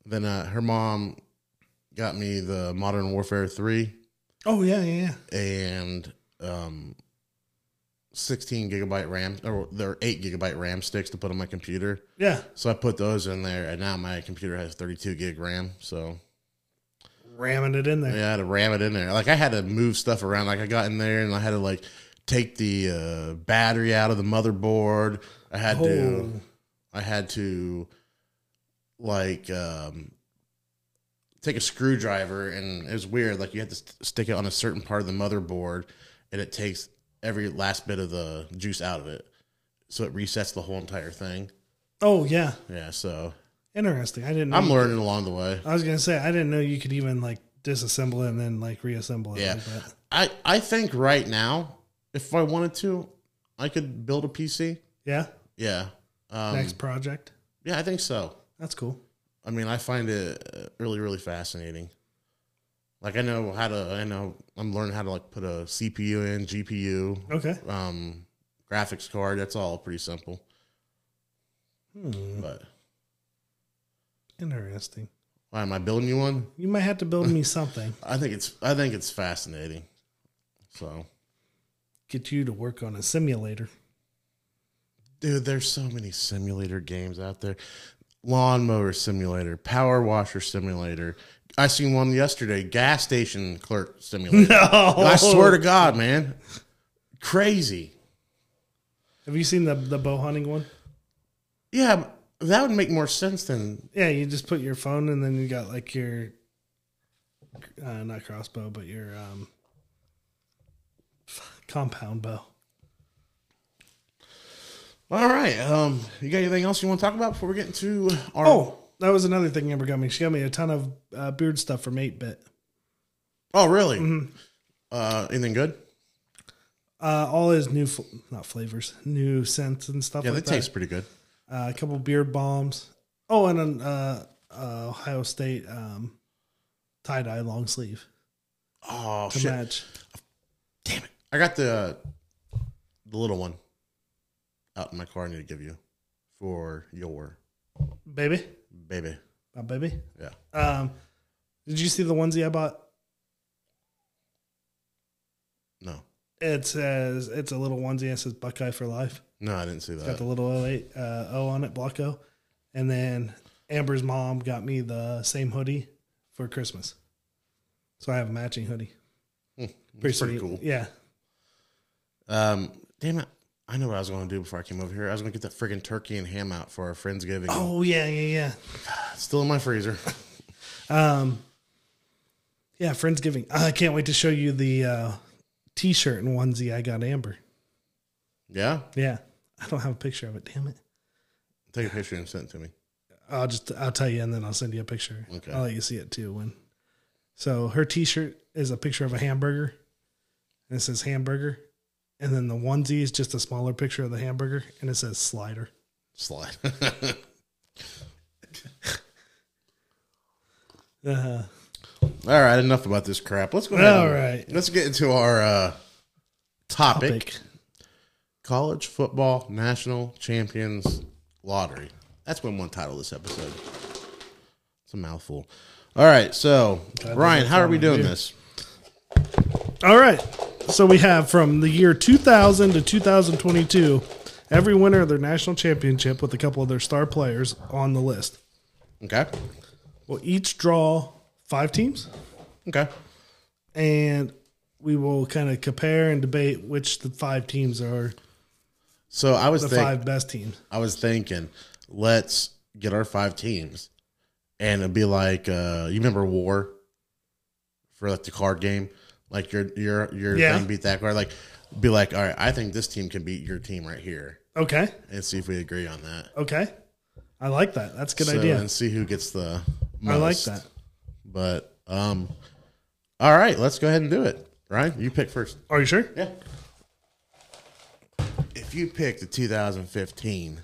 [SPEAKER 1] Then uh her mom got me the Modern Warfare 3
[SPEAKER 2] Oh yeah, yeah, yeah.
[SPEAKER 1] and um 16 gigabyte RAM or there are 8 gigabyte RAM sticks to put on my computer.
[SPEAKER 2] Yeah.
[SPEAKER 1] So I put those in there, and now my computer has 32 gig RAM. So
[SPEAKER 2] Ramming it in there.
[SPEAKER 1] yeah, I had to ram it in there. Like I had to move stuff around. Like I got in there, and I had to like take the uh, battery out of the motherboard. I had to,
[SPEAKER 2] Oh,
[SPEAKER 1] I had to, like um, take a screwdriver, and it was weird. Like you had to st- stick it on a certain part of the motherboard, and it takes every last bit of the juice out of it, so it resets the whole entire thing.
[SPEAKER 2] oh yeah.
[SPEAKER 1] Yeah, so
[SPEAKER 2] Interesting. I didn't. Know
[SPEAKER 1] I'm
[SPEAKER 2] you-
[SPEAKER 1] learning along the way.
[SPEAKER 2] I was gonna say I didn't know you could even like disassemble it and then like reassemble it.
[SPEAKER 1] Yeah.
[SPEAKER 2] Like that.
[SPEAKER 1] I I think right now, if I wanted to, I could build a PC.
[SPEAKER 2] Yeah.
[SPEAKER 1] Yeah. Um,
[SPEAKER 2] Next project.
[SPEAKER 1] Yeah, I think so.
[SPEAKER 2] That's cool.
[SPEAKER 1] I mean, I find it uh, really, really fascinating. Like I know how to. I know I'm learning how to like put a CPU in, GPU,
[SPEAKER 2] Okay.
[SPEAKER 1] um, graphics card. That's all pretty simple.
[SPEAKER 2] Hmm.
[SPEAKER 1] But
[SPEAKER 2] Interesting.
[SPEAKER 1] why am I building you one?
[SPEAKER 2] You might have to build me something.
[SPEAKER 1] I think it's. I think it's fascinating. So,
[SPEAKER 2] Get you to work on a simulator.
[SPEAKER 1] dude, there's so many simulator games out there. Lawnmower simulator, power washer simulator. I seen one yesterday, gas station clerk simulator.
[SPEAKER 2] No.
[SPEAKER 1] I swear to God, man. Crazy.
[SPEAKER 2] Have you seen the the bow hunting one?
[SPEAKER 1] Yeah, but that would make more sense than
[SPEAKER 2] Yeah, you just put your phone and then you got like your uh, not crossbow, but your um compound bow.
[SPEAKER 1] all right. Um, you got anything else you want to talk about before we get into our
[SPEAKER 2] Oh, that was another thing Amber got me. She got me a ton of uh, beard stuff from 8-Bit.
[SPEAKER 1] Oh, really?
[SPEAKER 2] Mm-hmm.
[SPEAKER 1] Uh anything good?
[SPEAKER 2] Uh, all his new, fl- not flavors, new scents and stuff
[SPEAKER 1] Yeah,
[SPEAKER 2] like
[SPEAKER 1] that
[SPEAKER 2] that.
[SPEAKER 1] tastes pretty good.
[SPEAKER 2] uh, a couple beard bombs. Oh, and an uh, uh, Ohio State um, tie dye long sleeve
[SPEAKER 1] Oh
[SPEAKER 2] to
[SPEAKER 1] shit.
[SPEAKER 2] match.
[SPEAKER 1] Damn it. I got the uh, the little one out in my car I need to give you for your
[SPEAKER 2] Baby,
[SPEAKER 1] baby.
[SPEAKER 2] my baby.
[SPEAKER 1] Yeah.
[SPEAKER 2] Um, did you see the onesie I bought?
[SPEAKER 1] No.
[SPEAKER 2] It says it's a little onesie. It says Buckeye for life.
[SPEAKER 1] No, I didn't see
[SPEAKER 2] It's
[SPEAKER 1] that.
[SPEAKER 2] got the little 08 uh, O on it, block O. And then Amber's mom got me the same hoodie for Christmas, so I have a matching hoodie.
[SPEAKER 1] Hmm,
[SPEAKER 2] Pretty,
[SPEAKER 1] it's pretty
[SPEAKER 2] sweet.
[SPEAKER 1] cool.
[SPEAKER 2] Yeah.
[SPEAKER 1] Um damn it. I know what I was gonna do before I came over here. I was gonna get that friggin' turkey and ham out for our Friendsgiving.
[SPEAKER 2] Oh yeah, yeah, yeah.
[SPEAKER 1] Still in my freezer.
[SPEAKER 2] Um, yeah, Friendsgiving. I can't wait to show you the uh, t-shirt and onesie I got Amber.
[SPEAKER 1] Yeah.
[SPEAKER 2] Yeah, I don't have a picture of it. Damn it!
[SPEAKER 1] Take a picture and send it to me.
[SPEAKER 2] I'll just I'll tell you, and then I'll send you a picture.
[SPEAKER 1] Okay.
[SPEAKER 2] I'll let you see it too. When so her T-shirt is a picture of a hamburger, and it says hamburger, and then the onesie is just a smaller picture of the hamburger, and it says slider.
[SPEAKER 1] Slide.
[SPEAKER 2] Uh,
[SPEAKER 1] All right, enough about this crap. Let's go ahead.
[SPEAKER 2] all
[SPEAKER 1] and-
[SPEAKER 2] right,
[SPEAKER 1] Let's get into our uh, topic,
[SPEAKER 2] Topic.
[SPEAKER 1] college football national champions lottery. That's what I'm going to title this episode. It's a mouthful. All right, so
[SPEAKER 2] Glad
[SPEAKER 1] Ryan,
[SPEAKER 2] we
[SPEAKER 1] how are we
[SPEAKER 2] found one,
[SPEAKER 1] doing
[SPEAKER 2] dude.
[SPEAKER 1] this?
[SPEAKER 2] All right. So we have from the year 2000 to 2022, every winner of their national championship with a couple of their star players on the list.
[SPEAKER 1] Okay,
[SPEAKER 2] We'll each draw five teams,
[SPEAKER 1] okay,
[SPEAKER 2] and we will kind of compare and debate which the five teams are
[SPEAKER 1] so I was
[SPEAKER 2] the
[SPEAKER 1] think-
[SPEAKER 2] five best teams.
[SPEAKER 1] I was thinking, let's get our five teams, and it'd be like uh, you remember War for like the card game, like your your your
[SPEAKER 2] Yeah.
[SPEAKER 1] thing beat that card, like be like, all right, I think this team can beat your team right here,
[SPEAKER 2] Okay.
[SPEAKER 1] and see if we agree on that.
[SPEAKER 2] Okay. I like that. That's a good
[SPEAKER 1] So,
[SPEAKER 2] idea.
[SPEAKER 1] and see who gets the. Most.
[SPEAKER 2] I like that.
[SPEAKER 1] but um, all right, let's go ahead and do it. Ryan, you pick first.
[SPEAKER 2] Are you sure?
[SPEAKER 1] Yeah. If you pick the 2015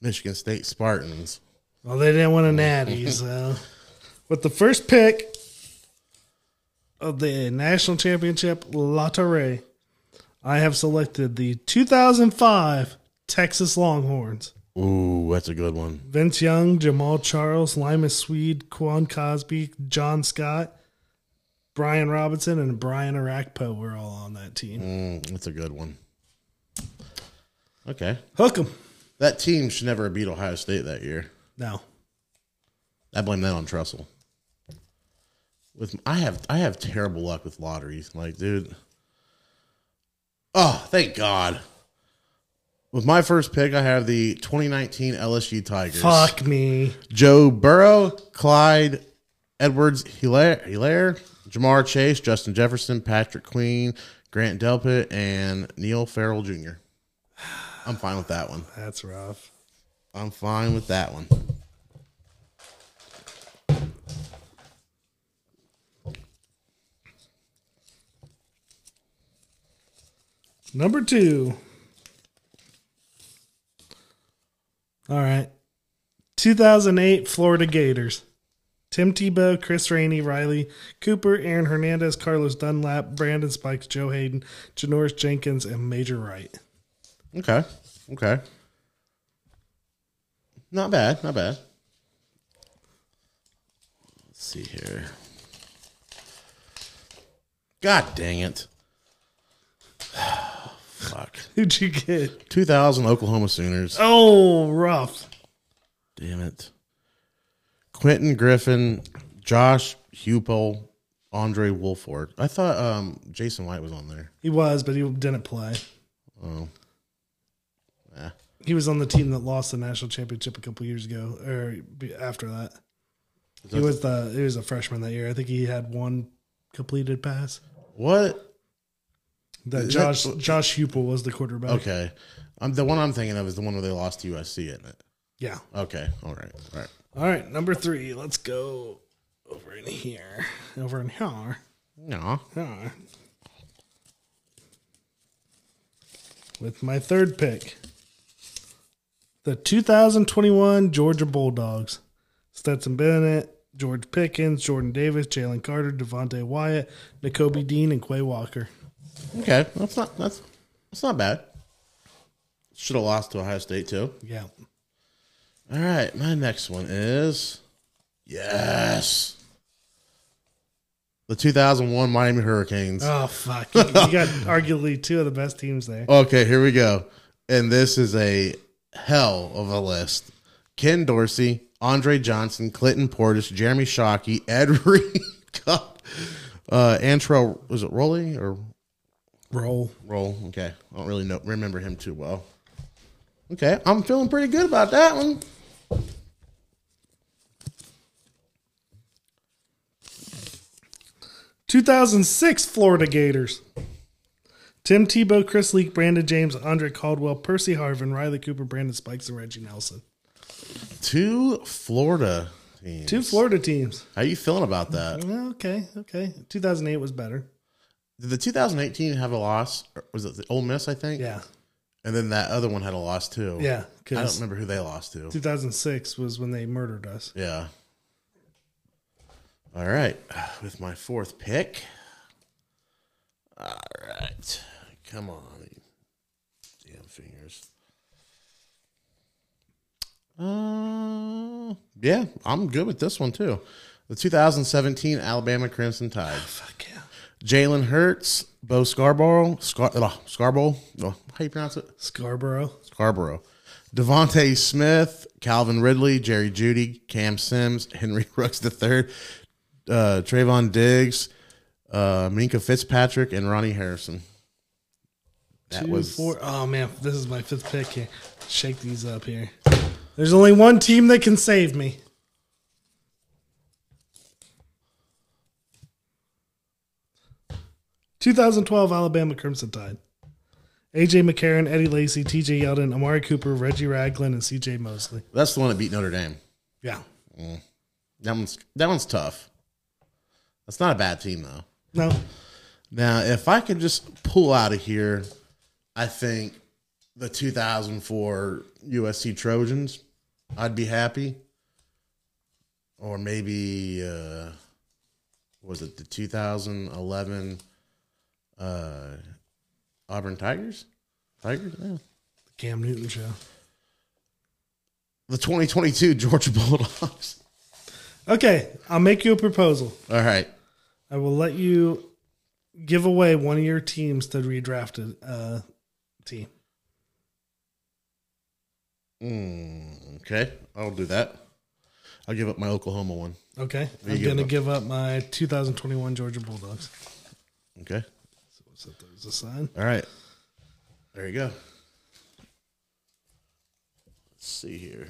[SPEAKER 1] Michigan State Spartans.
[SPEAKER 2] Well, they didn't want a natty, so with the first pick of the national championship lottery, I have selected the 2005 Texas Longhorns.
[SPEAKER 1] Ooh, that's a good one.
[SPEAKER 2] Vince Young, Jamal Charles, Lima Swede, Quan Cosby, John Scott, Brian Robinson, and Brian Arakpo were all on that team.
[SPEAKER 1] Mm, that's a good one. Okay.
[SPEAKER 2] Hook 'em.
[SPEAKER 1] That team should never have beat Ohio State that year.
[SPEAKER 2] No.
[SPEAKER 1] I blame that on Trussell. With I have I have terrible luck with lotteries. Like, dude. Oh, thank God. With my first pick, I have the 2019 LSU Tigers.
[SPEAKER 2] Fuck me.
[SPEAKER 1] Joe Burrow, Clyde Edwards Hilaire, Hilaire, Jamar Chase, Justin Jefferson, Patrick Queen, Grant Delpit, and Neil Farrell Jr. I'm fine with that one.
[SPEAKER 2] That's rough.
[SPEAKER 1] I'm fine with that one.
[SPEAKER 2] Number two. All right. 2008 Florida Gators. Tim Tebow, Chris Rainey, Riley Cooper, Aaron Hernandez, Carlos Dunlap, Brandon Spikes, Joe Hayden, Janoris Jenkins, and Major Wright.
[SPEAKER 1] Okay. Okay. Not bad. Not bad. Let's see here. God dang it. Fuck.
[SPEAKER 2] Who'd you get?
[SPEAKER 1] 2000 Oklahoma Sooners.
[SPEAKER 2] Oh, rough.
[SPEAKER 1] Damn it. Quentin Griffin, Josh Hupel, Andre Wolford. I thought um, Jason White was on there.
[SPEAKER 2] He was, but he didn't play.
[SPEAKER 1] Oh. Eh.
[SPEAKER 2] He was on the team that lost the national championship a couple years ago, or be- after that. He was the he was a freshman that year. I think he had one completed pass.
[SPEAKER 1] What?
[SPEAKER 2] That
[SPEAKER 1] Is
[SPEAKER 2] Josh
[SPEAKER 1] that-
[SPEAKER 2] Josh Hupel was the quarterback.
[SPEAKER 1] Okay. Um, the one I'm thinking of is the one where they lost to USC, isn't it?
[SPEAKER 2] Yeah.
[SPEAKER 1] Okay. All right. All right.
[SPEAKER 2] All right, number three. Let's go over in here. Over in here.
[SPEAKER 1] No.
[SPEAKER 2] here. With my third pick. The 2021 Georgia Bulldogs. Stetson Bennett, George Pickens, Jordan Davis, Jalen Carter, Devontae Wyatt, N'Kobe Dean, and Quay Walker.
[SPEAKER 1] Okay. That's not that's that's not bad. Should have lost to Ohio State too.
[SPEAKER 2] Yeah.
[SPEAKER 1] All right, my next one is yes, the 2001 Miami Hurricanes.
[SPEAKER 2] Oh, fuck. You got arguably two of the best teams there.
[SPEAKER 1] Okay, here we go, and this is a hell of a list: Ken Dorsey, Andre Johnson, Clinton Portis, Jeremy Shockey, Ed Reed, uh, Antrell was it Rowley or
[SPEAKER 2] Roll.
[SPEAKER 1] Roll? Okay, I don't really know remember him too well. Okay, I'm feeling pretty good about that one.
[SPEAKER 2] 2006 Florida Gators. Tim Tebow, Chris Leak, Brandon James, Andre Caldwell, Percy Harvin, Riley Cooper, Brandon Spikes, and Reggie Nelson.
[SPEAKER 1] Two Florida teams.
[SPEAKER 2] Two Florida teams.
[SPEAKER 1] How you feeling about that?
[SPEAKER 2] Well, Oh, Okay, okay. 2008 was better. Mm-hmm.
[SPEAKER 1] Did the 2018 have a loss? Or was it the Ole Miss? I think.
[SPEAKER 2] Yeah,
[SPEAKER 1] And then that other one had a loss too.
[SPEAKER 2] yeah.
[SPEAKER 1] I don't
[SPEAKER 2] Because
[SPEAKER 1] remember who they lost to.
[SPEAKER 2] 2006 was when they murdered us.
[SPEAKER 1] Yeah. All right. With my fourth pick. All right. Come on. Damn fingers. Uh, yeah, I'm good with this one too. The 2017 Alabama Crimson Tide.
[SPEAKER 2] Fuck yeah.
[SPEAKER 1] Jalen Hurts, Bo Scarborough, Scar, uh, Scarborough. uh, how you pronounce it?
[SPEAKER 2] Scarborough.
[SPEAKER 1] Scarborough. Devontae Smith, Calvin Ridley, Jerry Judy, Cam Sims, Henry Rooks III, uh, Trayvon Diggs, uh, Minka Fitzpatrick, and Ronnie Harrison. That
[SPEAKER 2] Two,
[SPEAKER 1] was
[SPEAKER 2] four. Oh man, this is my fifth pick here. Shake these up here. There's only one team that can save me. Two thousand twelve Alabama Crimson Tide. AJ McCarron, Eddie Lacy, TJ Yeldon, Amari Cooper, Reggie Ragland, and CJ Mosley.
[SPEAKER 1] that's the one that beat Notre Dame.
[SPEAKER 2] Yeah.
[SPEAKER 1] That one's that one's tough. That's not a bad team though.
[SPEAKER 2] No.
[SPEAKER 1] Now, if I could just pull out of here, I think the 2004 USC Trojans, I'd be happy. Or maybe, uh, what was it the 2011 uh, Auburn Tigers? Tigers? Yeah.
[SPEAKER 2] Cam Newton show.
[SPEAKER 1] The 2022 Georgia Bulldogs.
[SPEAKER 2] Okay, I'll make you a proposal.
[SPEAKER 1] All right.
[SPEAKER 2] I will let you give away one of your teams to redraft a uh, team.
[SPEAKER 1] Mm, okay. I'll do that. I'll give up my Oklahoma one.
[SPEAKER 2] Okay,
[SPEAKER 1] you
[SPEAKER 2] I'm
[SPEAKER 1] give
[SPEAKER 2] gonna
[SPEAKER 1] up?
[SPEAKER 2] give up my 2021 Georgia Bulldogs.
[SPEAKER 1] Okay.
[SPEAKER 2] So we'll set those aside.
[SPEAKER 1] All right. There you go. Let's see here.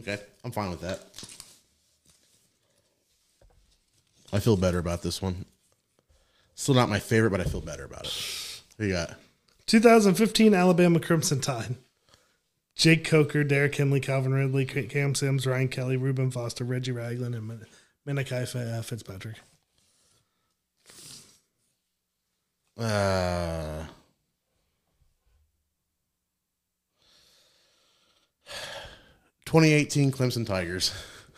[SPEAKER 1] Okay, I'm fine with that. I feel better about this one. Still not my favorite, but I feel better about it. Who you got?
[SPEAKER 2] 2015 Alabama Crimson Tide. Jake Coker, Derek Henley, Calvin Ridley, Cam Sims, Ryan Kelly, Reuben Foster, Reggie Ragland, and Min- Minikai F- uh, Fitzpatrick.
[SPEAKER 1] Uh, Twenty eighteen Clemson Tigers.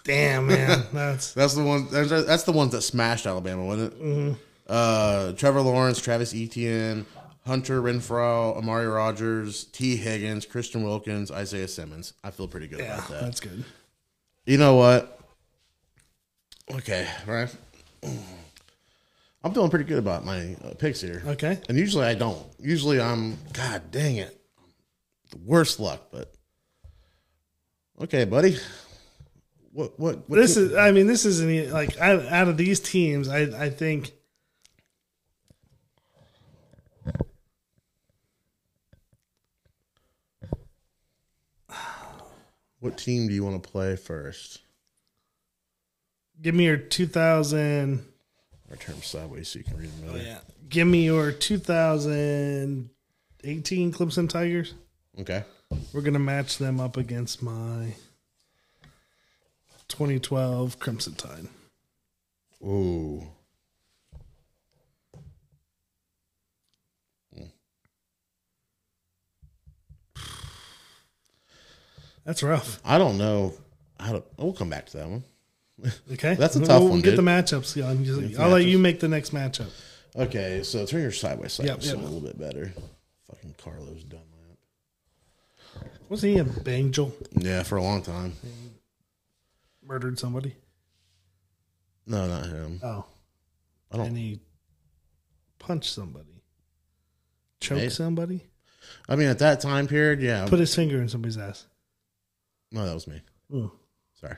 [SPEAKER 2] Damn man, that's
[SPEAKER 1] That's the one. That's that's the ones that smashed Alabama, wasn't it?
[SPEAKER 2] Mm-hmm.
[SPEAKER 1] Uh, Trevor Lawrence, Travis Etienne, Hunter Renfro, Amari Rogers, T. Higgins, Christian Wilkins, Isaiah Simmons. I feel pretty good
[SPEAKER 2] yeah,
[SPEAKER 1] about that.
[SPEAKER 2] that's good.
[SPEAKER 1] You know what? Okay, right. I'm feeling pretty good about my uh, picks here.
[SPEAKER 2] Okay,
[SPEAKER 1] And usually I don't. Usually I'm, God dang it, the worst luck. But okay, buddy. What? What? what
[SPEAKER 2] this is. I mean, this isn't e- like I, out of these teams. I I think.
[SPEAKER 1] What team do you want to play first?
[SPEAKER 2] Give me your 2000.
[SPEAKER 1] I turn them sideways so you can read them. better.
[SPEAKER 2] Yeah. Give me your 2018 Clemson Tigers.
[SPEAKER 1] Okay.
[SPEAKER 2] We're going to match them up against my 2012 Crimson Tide.
[SPEAKER 1] Ooh.
[SPEAKER 2] That's rough.
[SPEAKER 1] I don't know how to. We'll come back to that one.
[SPEAKER 2] Okay.
[SPEAKER 1] That's a
[SPEAKER 2] We'll-
[SPEAKER 1] tough
[SPEAKER 2] we'll
[SPEAKER 1] one,
[SPEAKER 2] Get
[SPEAKER 1] dude.
[SPEAKER 2] the matchups. Yeah, I'm just- I'll let you make the next matchup.
[SPEAKER 1] Okay, so turn your sideways
[SPEAKER 2] Yep,
[SPEAKER 1] sideways so
[SPEAKER 2] yep.
[SPEAKER 1] a little bit better. Fucking Carlos done that.
[SPEAKER 2] Was he a Bangel?
[SPEAKER 1] Yeah, for a long time.
[SPEAKER 2] Murdered somebody?
[SPEAKER 1] No, not him.
[SPEAKER 2] Oh.
[SPEAKER 1] I don't-
[SPEAKER 2] And he punched somebody. Choked
[SPEAKER 1] Hey.
[SPEAKER 2] somebody?
[SPEAKER 1] I mean, at that time period, yeah.
[SPEAKER 2] Put his finger in somebody's ass.
[SPEAKER 1] no, that was me.
[SPEAKER 2] Mm.
[SPEAKER 1] Sorry.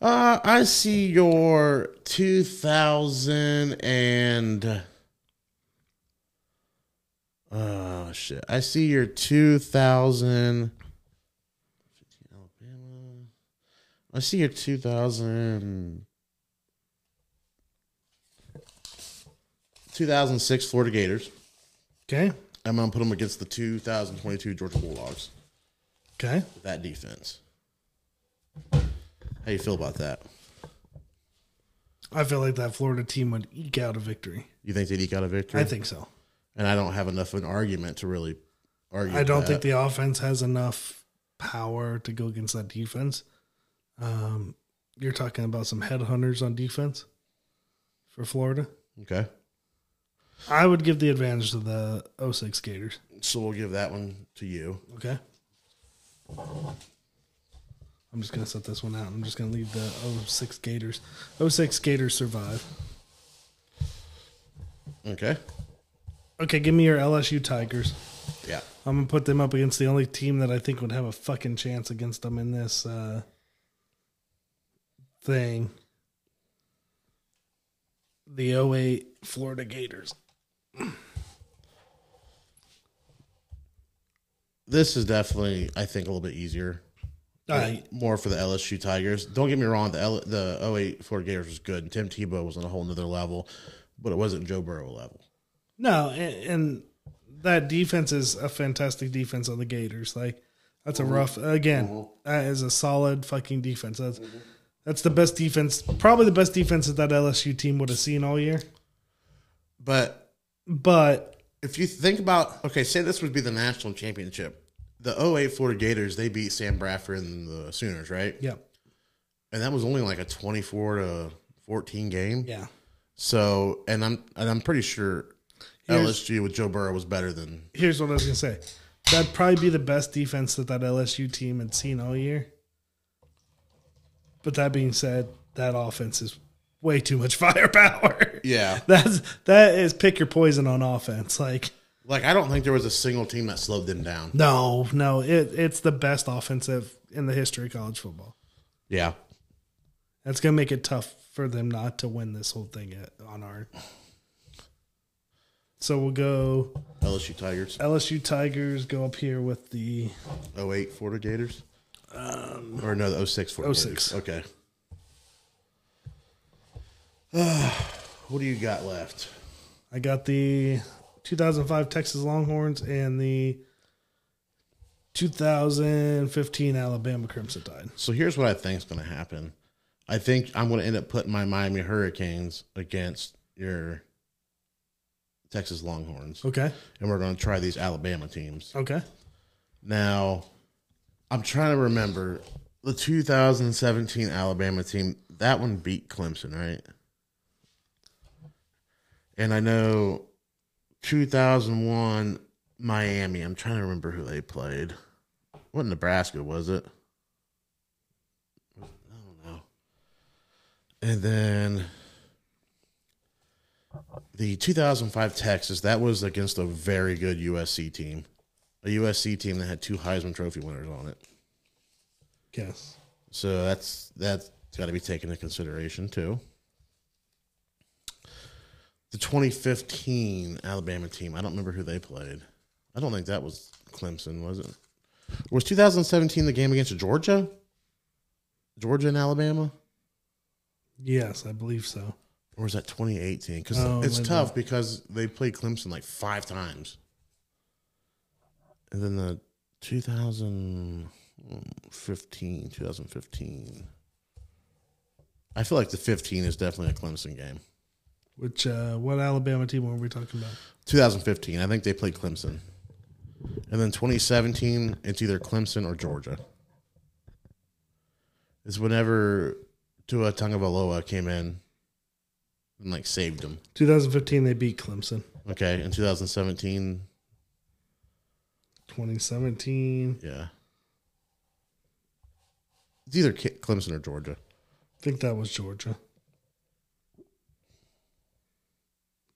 [SPEAKER 1] Uh, I see your 2000 and. Oh, shit. I see your 2000. Alabama. I see your 2000. 2006 Florida Gators.
[SPEAKER 2] Okay.
[SPEAKER 1] I'm going to put them against the 2022 Georgia Bulldogs.
[SPEAKER 2] Okay.
[SPEAKER 1] with That defense. How you feel about that?
[SPEAKER 2] I feel like that Florida team would eke out a victory.
[SPEAKER 1] You think they'd eke out a victory?
[SPEAKER 2] I think so.
[SPEAKER 1] and I don't have enough of an argument to really argue.
[SPEAKER 2] I don't
[SPEAKER 1] that.
[SPEAKER 2] think the offense has enough power to go against that defense. Um, you're talking about some headhunters on defense for Florida.
[SPEAKER 1] Okay,
[SPEAKER 2] I would give the advantage to the 06 Gators.
[SPEAKER 1] so we'll give that one to you.
[SPEAKER 2] Okay. I'm just going to set this one out. I'm just going to leave the 06 Gators. 06 Gators survive.
[SPEAKER 1] Okay,
[SPEAKER 2] Okay, give me your LSU Tigers.
[SPEAKER 1] yeah,
[SPEAKER 2] I'm going to put them up against the only team that I think would have a fucking chance against them in this uh, thing the 08 Florida Gators.
[SPEAKER 1] this is definitely I think a little bit easier.
[SPEAKER 2] All right.
[SPEAKER 1] More for the LSU Tigers. Don't get me wrong, the L- the 08 Florida Gators was good. Tim Tebow was on a whole nother level, but it wasn't Joe Burrow level.
[SPEAKER 2] No, and, and that defense is a fantastic defense on the Gators. Like that's a rough again. that is a solid fucking defense. That's that's the best defense, probably the best defense that that LSU team would have seen all year.
[SPEAKER 1] But
[SPEAKER 2] But
[SPEAKER 1] if you think about okay, say this would be the national championship. The 08 Florida Gators, they beat Sam Bradford and the Sooners, right?
[SPEAKER 2] yeah,
[SPEAKER 1] And that was only like a 24 to 14 game.
[SPEAKER 2] yeah,
[SPEAKER 1] So, and I'm and I'm pretty sure
[SPEAKER 2] Here's-
[SPEAKER 1] LSG with Joe Burrow was better than
[SPEAKER 2] here's what I was gonna say. That'd probably be the best defense that that LSU team had seen all year. But that being said, that offense is way too much firepower.
[SPEAKER 1] yeah.
[SPEAKER 2] That's that is pick your poison on offense. Like
[SPEAKER 1] Like I don't think there was a single team that slowed them down.
[SPEAKER 2] No, no, it, it's the best offensive in the history of college football.
[SPEAKER 1] Yeah,
[SPEAKER 2] That's gonna make it tough for them not to win this whole thing at, on our. So we'll go
[SPEAKER 1] LSU Tigers,
[SPEAKER 2] LSU Tigers. Go up here with the
[SPEAKER 1] 08 Florida Gators, or no, the 06 Florida
[SPEAKER 2] 06.
[SPEAKER 1] Gators. Okay. what do you got left?
[SPEAKER 2] I got the 2005 Texas Longhorns and the 2015 Alabama Crimson Tide.
[SPEAKER 1] So here's what I think is going to happen. I think I'm going to end up putting my Miami Hurricanes against your Texas Longhorns,
[SPEAKER 2] Okay,
[SPEAKER 1] and we're going to try these Alabama teams.
[SPEAKER 2] okay,
[SPEAKER 1] Now, I'm trying to remember the 2017 Alabama team. That one beat Clemson, right? And I know 2001 Miami. I'm trying to remember who they played. What Nebraska was it? I don't know. And then the 2005 Texas. That was against a very good USC team a USC team that had two Heisman Trophy winners on it.
[SPEAKER 2] yes.
[SPEAKER 1] So that's that's got to be taken into consideration too. The 2015 Alabama team. I don't remember who they played. I don't think that was Clemson, was it? Was 2017 the game against Georgia? Georgia and Alabama,
[SPEAKER 2] Yes, I believe so.
[SPEAKER 1] or was that 2018? Because
[SPEAKER 2] Oh,
[SPEAKER 1] it's
[SPEAKER 2] maybe.
[SPEAKER 1] tough because they played Clemson like five times, and then the 2000. 15, 2015. I feel like the 15 is definitely a Clemson game.
[SPEAKER 2] Which uh, what Alabama team were we talking about?
[SPEAKER 1] 2015, I think they played Clemson. And then 2017, it's either Clemson or Georgia. It's whenever Tua Tagovailoa came in and like saved them.
[SPEAKER 2] 2015 they beat Clemson.
[SPEAKER 1] Okay, in 2017,
[SPEAKER 2] 2017.
[SPEAKER 1] yeah. It's either K- Clemson or Georgia.
[SPEAKER 2] I think that was Georgia.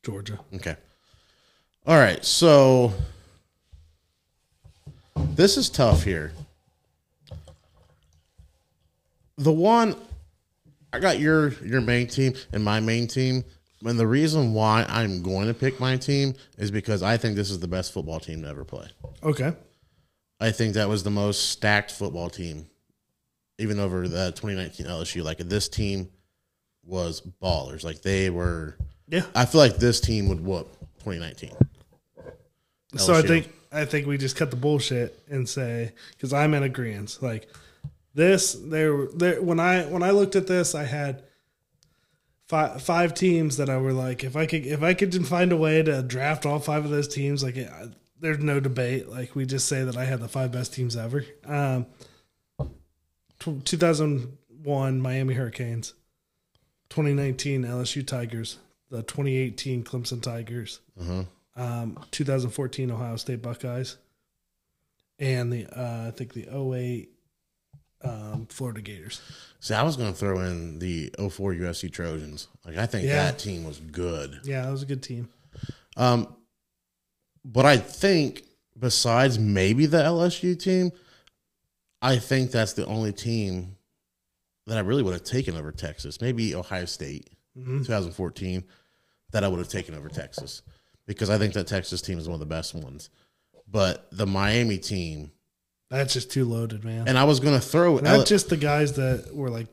[SPEAKER 2] Georgia.
[SPEAKER 1] Okay. All right. So this is tough here. The one I got your your main team and my main team, and the reason why I'm going to pick my team is because I think this is the best football team to ever play.
[SPEAKER 2] Okay.
[SPEAKER 1] I think that was the most stacked football team, even over the 2019 LSU. Like this team was ballers. Like they were
[SPEAKER 2] Yeah.
[SPEAKER 1] I feel like this team would whoop 2019.
[SPEAKER 2] So I
[SPEAKER 1] LSU.
[SPEAKER 2] think I think we just cut the bullshit and say because I'm in agreement. Like this, there, there. When I when I looked at this, I had five five teams that I were like, if I could if I could find a way to draft all five of those teams, like I, there's no debate. Like we just say that I had the five best teams ever. Um, tw 2001 Miami Hurricanes, 2019 LSU Tigers, the 2018 Clemson Tigers
[SPEAKER 1] Uh-huh.
[SPEAKER 2] um, 2014 Ohio State Buckeyes, and the uh, I think the 08 um, Florida Gators.
[SPEAKER 1] See, I was going to throw in the 04 USC Trojans. Like, I think
[SPEAKER 2] Yeah.
[SPEAKER 1] that team was good.
[SPEAKER 2] Yeah, that was a good team.
[SPEAKER 1] Um, but I think, besides maybe the LSU team, I think that's the only team that I really would have taken over Texas. Maybe Ohio State,
[SPEAKER 2] Mhm.
[SPEAKER 1] 2014, that I would have taken over Texas because I think that Texas team is one of the best ones. But the Miami team,
[SPEAKER 2] That's just too loaded, man.
[SPEAKER 1] and I was going to throw
[SPEAKER 2] And
[SPEAKER 1] L-
[SPEAKER 2] Not just the guys that were like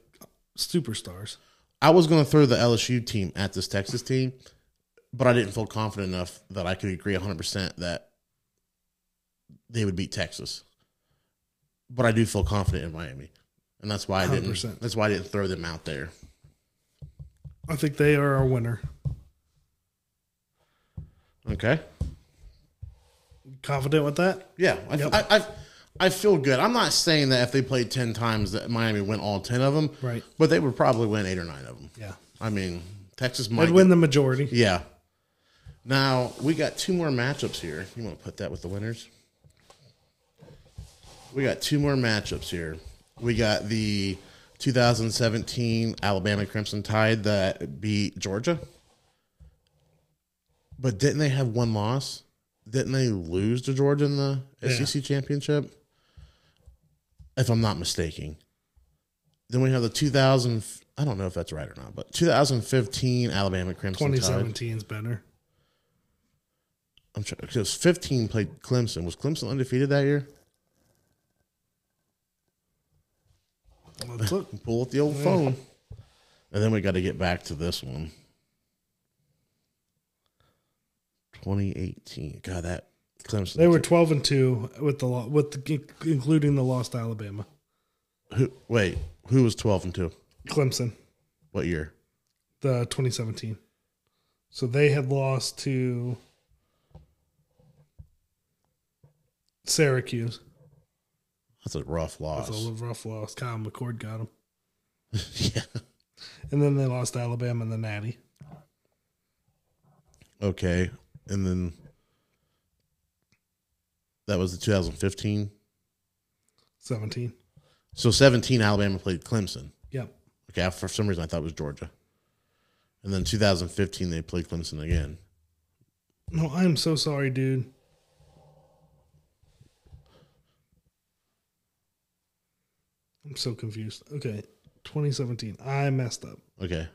[SPEAKER 2] superstars.
[SPEAKER 1] I was going to throw the LSU team at this Texas team, but I didn't feel confident enough that I could agree 100% that they would beat Texas. But I do feel confident in Miami. And that's why I didn't
[SPEAKER 2] 100%.
[SPEAKER 1] that's why I didn't throw them out there.
[SPEAKER 2] I think they are our winner.
[SPEAKER 1] Okay.
[SPEAKER 2] Confident with that?
[SPEAKER 1] Yeah, I,
[SPEAKER 2] Yep.
[SPEAKER 1] I, I I feel good. I'm not saying that if they played 10 times that Miami win all 10 of them,
[SPEAKER 2] Right.
[SPEAKER 1] but they would probably win 8 or 9 of them.
[SPEAKER 2] Yeah,
[SPEAKER 1] I mean, Texas
[SPEAKER 2] I'd
[SPEAKER 1] might
[SPEAKER 2] win the majority.
[SPEAKER 1] Yeah. Now we got two more matchups here. You want to put that with the winners? We got two more matchups here. We got the 2017 Alabama Crimson Tide that beat Georgia, but didn't they have one loss? Didn't they lose to Georgia in the SEC championship? If I'm not mistaken. Then we have the 2000. f- I don't know if that's right or not, but 2015 Alabama Crimson Tide.
[SPEAKER 2] 2017's better.
[SPEAKER 1] I'm trying because 15 played Clemson. Was Clemson undefeated that year?
[SPEAKER 2] Let's look.
[SPEAKER 1] Pull up the old phone. And then we got to get back to this one. 2018. God, that Clemson.
[SPEAKER 2] They were 12 and two with the lo- with the, including the lost Alabama,
[SPEAKER 1] Who, wait, who was 12 and 2?
[SPEAKER 2] Clemson.
[SPEAKER 1] What year?
[SPEAKER 2] the 2017. So they had lost to Syracuse.
[SPEAKER 1] That's a rough loss.
[SPEAKER 2] That's a rough loss. Kyle McCord got them,
[SPEAKER 1] yeah.
[SPEAKER 2] and then they lost to Alabama in the Natty.
[SPEAKER 1] Okay. And then that was the 2015.
[SPEAKER 2] 17.
[SPEAKER 1] So 17, Alabama played Clemson.
[SPEAKER 2] Yep.
[SPEAKER 1] Okay, I- for some reason I thought it was Georgia. And then 2015 they played Clemson again.
[SPEAKER 2] No, I am so sorry, dude. I'm so confused. Okay, 2017. I messed up.
[SPEAKER 1] Okay.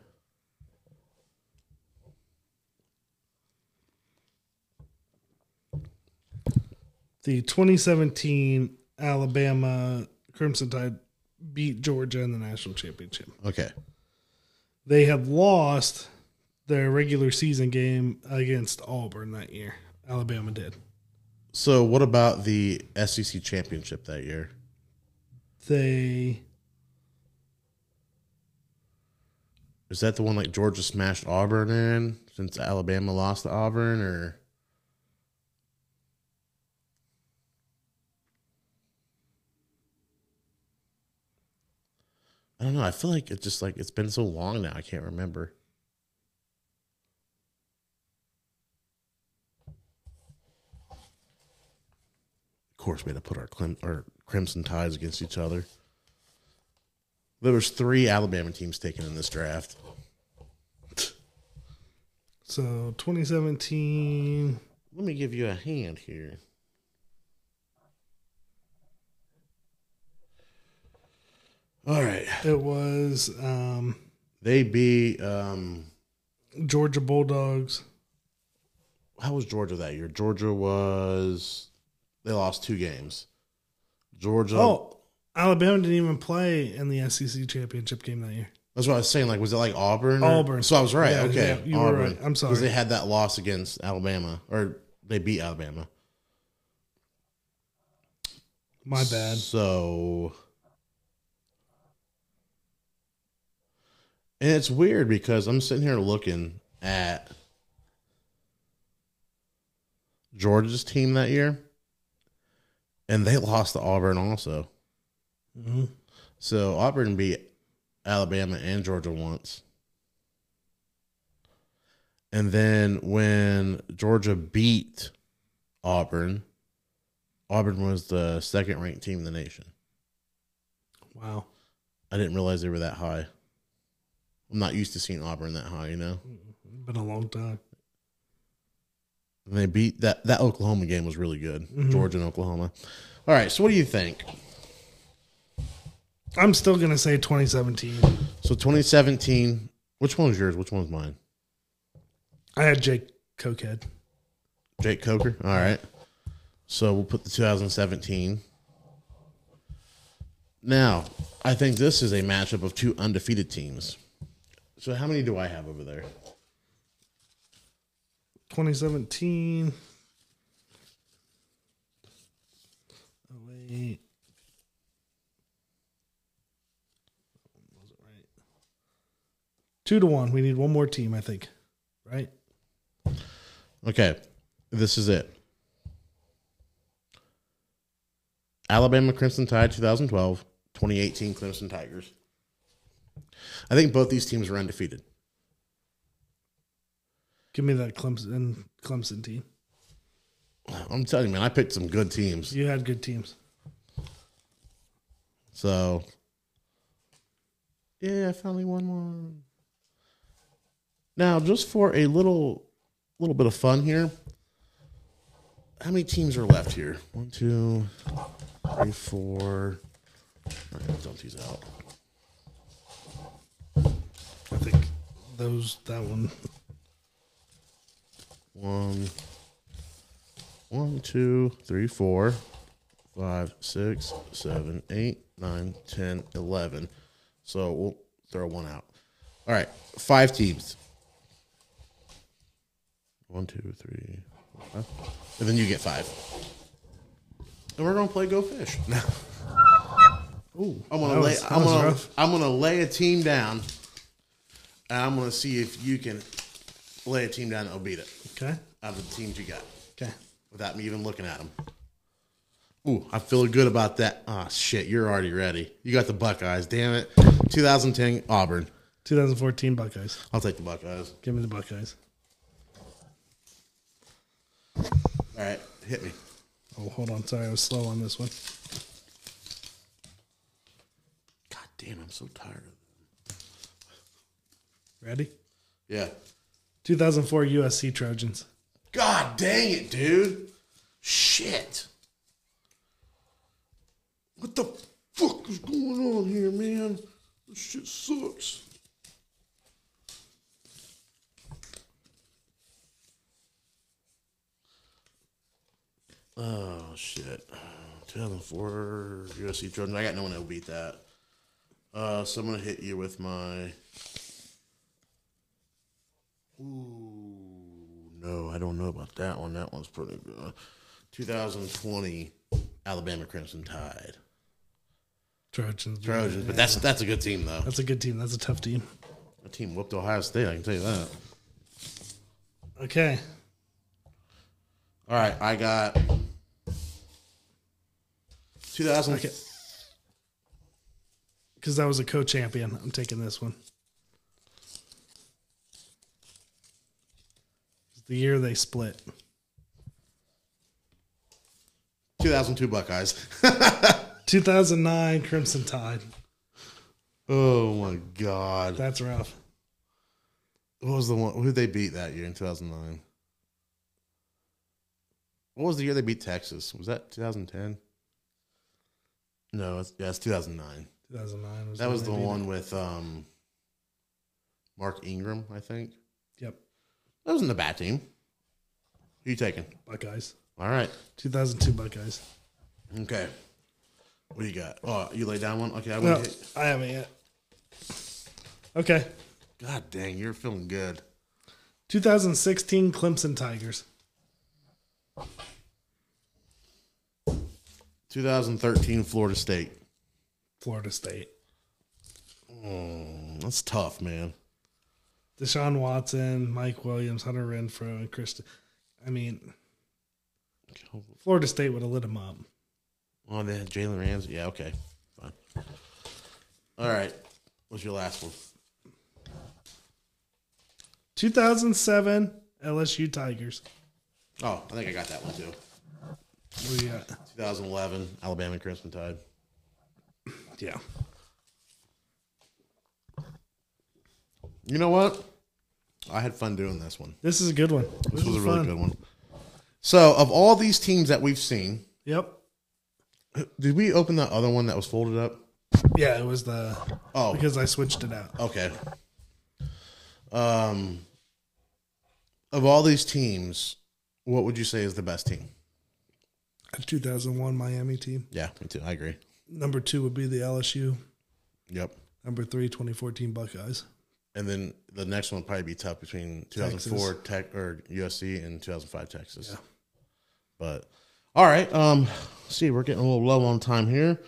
[SPEAKER 2] the 2017 Alabama Crimson Tide beat Georgia in the national championship.
[SPEAKER 1] Okay.
[SPEAKER 2] They had lost their regular season game against Auburn that year. Alabama did.
[SPEAKER 1] So what about the SEC championship that year?
[SPEAKER 2] They
[SPEAKER 1] Is that the one like Georgia smashed Auburn in since Alabama lost to Auburn or I don't know. I feel like it's just like it's been so long now. I can't remember. Of course, we had to put our Clem- our crimson ties against each other. There was three Alabama teams taken in this draft.
[SPEAKER 2] so 2017
[SPEAKER 1] Let me give you a hand here. All right.
[SPEAKER 2] it was um,
[SPEAKER 1] They beat um
[SPEAKER 2] Georgia Bulldogs.
[SPEAKER 1] how was Georgia that year? Georgia was they lost two games. Georgia
[SPEAKER 2] Oh, Alabama didn't even play in the SEC E championship game that year.
[SPEAKER 1] That's what I was saying. Like, was it like Auburn? or-
[SPEAKER 2] Auburn.
[SPEAKER 1] So I was right.
[SPEAKER 2] Yeah,
[SPEAKER 1] okay,
[SPEAKER 2] yeah, you were
[SPEAKER 1] Auburn.
[SPEAKER 2] right. I'm sorry.
[SPEAKER 1] because they had that loss against Alabama, or they beat Alabama.
[SPEAKER 2] My bad.
[SPEAKER 1] So, and it's weird because I'm sitting here looking at Georgia's team that year, and they lost to Auburn also.
[SPEAKER 2] hmm
[SPEAKER 1] So Auburn beat Alabama and Georgia once. And then when Georgia beat Auburn, Auburn was the second ranked team in the nation.
[SPEAKER 2] Wow.
[SPEAKER 1] I didn't realize they were that high. I'm not used to seeing Auburn that high, you know.
[SPEAKER 2] Been a long time.
[SPEAKER 1] And they beat that that Oklahoma game was really good.
[SPEAKER 2] Mhm.
[SPEAKER 1] Georgia and Oklahoma. All right, so what do you think?
[SPEAKER 2] I'm still going to say 2017.
[SPEAKER 1] So 2017, which one was yours? Which one's mine?
[SPEAKER 2] I had Jake Cokehead.
[SPEAKER 1] Jake Coker. All right. So we'll put the 2017. Now, I think this is a matchup of two undefeated teams. So how many do I have over there?
[SPEAKER 2] 2017. Oh, wait. Wasn't right. Two to one. We need one more team, I think. Right?
[SPEAKER 1] Okay. This is it. Alabama Crimson Tide 2012, 2018 Clemson Tigers. I think both these teams were undefeated.
[SPEAKER 2] Give me that Clemson Clemson team.
[SPEAKER 1] I'm telling you, man, I picked some good teams.
[SPEAKER 2] You had good teams.
[SPEAKER 1] So, yeah, I finally won one. Now, just for a little, little bit of fun here, how many teams are left here? One, two, three, four. All right, let's dump these out.
[SPEAKER 2] I think those that one.
[SPEAKER 1] One, one, two, three, four, five, six, seven, eight, nine, ten, eleven. So we'll throw one out. All right, five teams. One, two, three, four, five. And then you get five. And we're gonna play Go Fish.
[SPEAKER 2] Ooh,
[SPEAKER 1] I'm gonna
[SPEAKER 2] that
[SPEAKER 1] lay.
[SPEAKER 2] was- that
[SPEAKER 1] I'm
[SPEAKER 2] was
[SPEAKER 1] gonna.
[SPEAKER 2] rough.
[SPEAKER 1] I'm gonna lay a team down, and I'm gonna see if you can lay a team down that'll beat it
[SPEAKER 2] Okay.
[SPEAKER 1] out of the teams you got
[SPEAKER 2] Okay.
[SPEAKER 1] without me even looking at them. Ooh, I feel good about that. Ah, shit, you're already ready. You got the Buckeyes, damn it. 2010 Auburn.
[SPEAKER 2] 2014 Buckeyes.
[SPEAKER 1] I'll take the Buckeyes.
[SPEAKER 2] Give me the Buckeyes.
[SPEAKER 1] All right, hit me.
[SPEAKER 2] Oh, hold on. Sorry, I was slow on this one.
[SPEAKER 1] God damn, I'm so tired of them.
[SPEAKER 2] Ready?
[SPEAKER 1] Yeah.
[SPEAKER 2] 2004 USC Trojans.
[SPEAKER 1] God dang it, dude. Shit. What the fuck is going on here, man? This shit sucks. Oh shit. 2004 USC Trojans. I got no one that'll beat that. Uh, so I'm gonna hit you with my. Ooh, no, I don't know about that one. That one's pretty good. 2020 Alabama Crimson Tide
[SPEAKER 2] Trojans.
[SPEAKER 1] Trojans, but that's that's a good team though.
[SPEAKER 2] That's a good team. That's a tough team.
[SPEAKER 1] That team whooped Ohio State. I can tell you that.
[SPEAKER 2] Okay.
[SPEAKER 1] All right, I got 2000.
[SPEAKER 2] Okay. Because that was a co champion. I'm taking this one. It's the year they split.
[SPEAKER 1] 2002 Buckeyes.
[SPEAKER 2] 2009 Crimson Tide.
[SPEAKER 1] oh my God!
[SPEAKER 2] That's rough.
[SPEAKER 1] What was the one? Who did they beat that year in 2009? What was the year they beat Texas? Was that 2010? No, it's, yeah, it's 2009.
[SPEAKER 2] 2009 was
[SPEAKER 1] That was the
[SPEAKER 2] when they beat
[SPEAKER 1] one with um, Mark Ingram, I think.
[SPEAKER 2] it. Yep.
[SPEAKER 1] That wasn't a bad team. Who you taking?
[SPEAKER 2] Buckeyes.
[SPEAKER 1] All right.
[SPEAKER 2] 2002 Buckeyes.
[SPEAKER 1] Okay. What do you got? Oh, you lay down one? Okay, I
[SPEAKER 2] No,
[SPEAKER 1] went hit.
[SPEAKER 2] I haven't yet. Okay.
[SPEAKER 1] God dang, you're feeling good.
[SPEAKER 2] 2016 Clemson Tigers.
[SPEAKER 1] 2013 Florida State.
[SPEAKER 2] Florida State.
[SPEAKER 1] Mm, that's tough, man.
[SPEAKER 2] Deshaun Watson, Mike Williams, Hunter Renfro, and Kristen. I mean, Florida State would have lit him up.
[SPEAKER 1] Oh, they had Jalen Ramsey. Yeah, okay. Fine. All right. What's your last one?
[SPEAKER 2] 2007 LSU Tigers.
[SPEAKER 1] Oh, I think I got that one too.
[SPEAKER 2] What do you got?
[SPEAKER 1] 2011 Alabama Crimson Tide.
[SPEAKER 2] Yeah.
[SPEAKER 1] You know what? I had fun doing this one.
[SPEAKER 2] This is a good one.
[SPEAKER 1] This, was, a really good one. So, of all these teams that we've seen,
[SPEAKER 2] Yep.
[SPEAKER 1] did we open that other one that was folded up?
[SPEAKER 2] Yeah, it was the
[SPEAKER 1] Oh,
[SPEAKER 2] because I switched it out.
[SPEAKER 1] okay. Um, of all these teams, what would you say is the best team?
[SPEAKER 2] 2001 Miami team.
[SPEAKER 1] Yeah, me too. I agree.
[SPEAKER 2] Number two would be the LSU.
[SPEAKER 1] Yep.
[SPEAKER 2] Number three, 2014 Buckeyes.
[SPEAKER 1] And then the next one would probably be tough between 2004 Tech or USC and 2005 Texas. But all right, um, see, we're getting a little low on time here.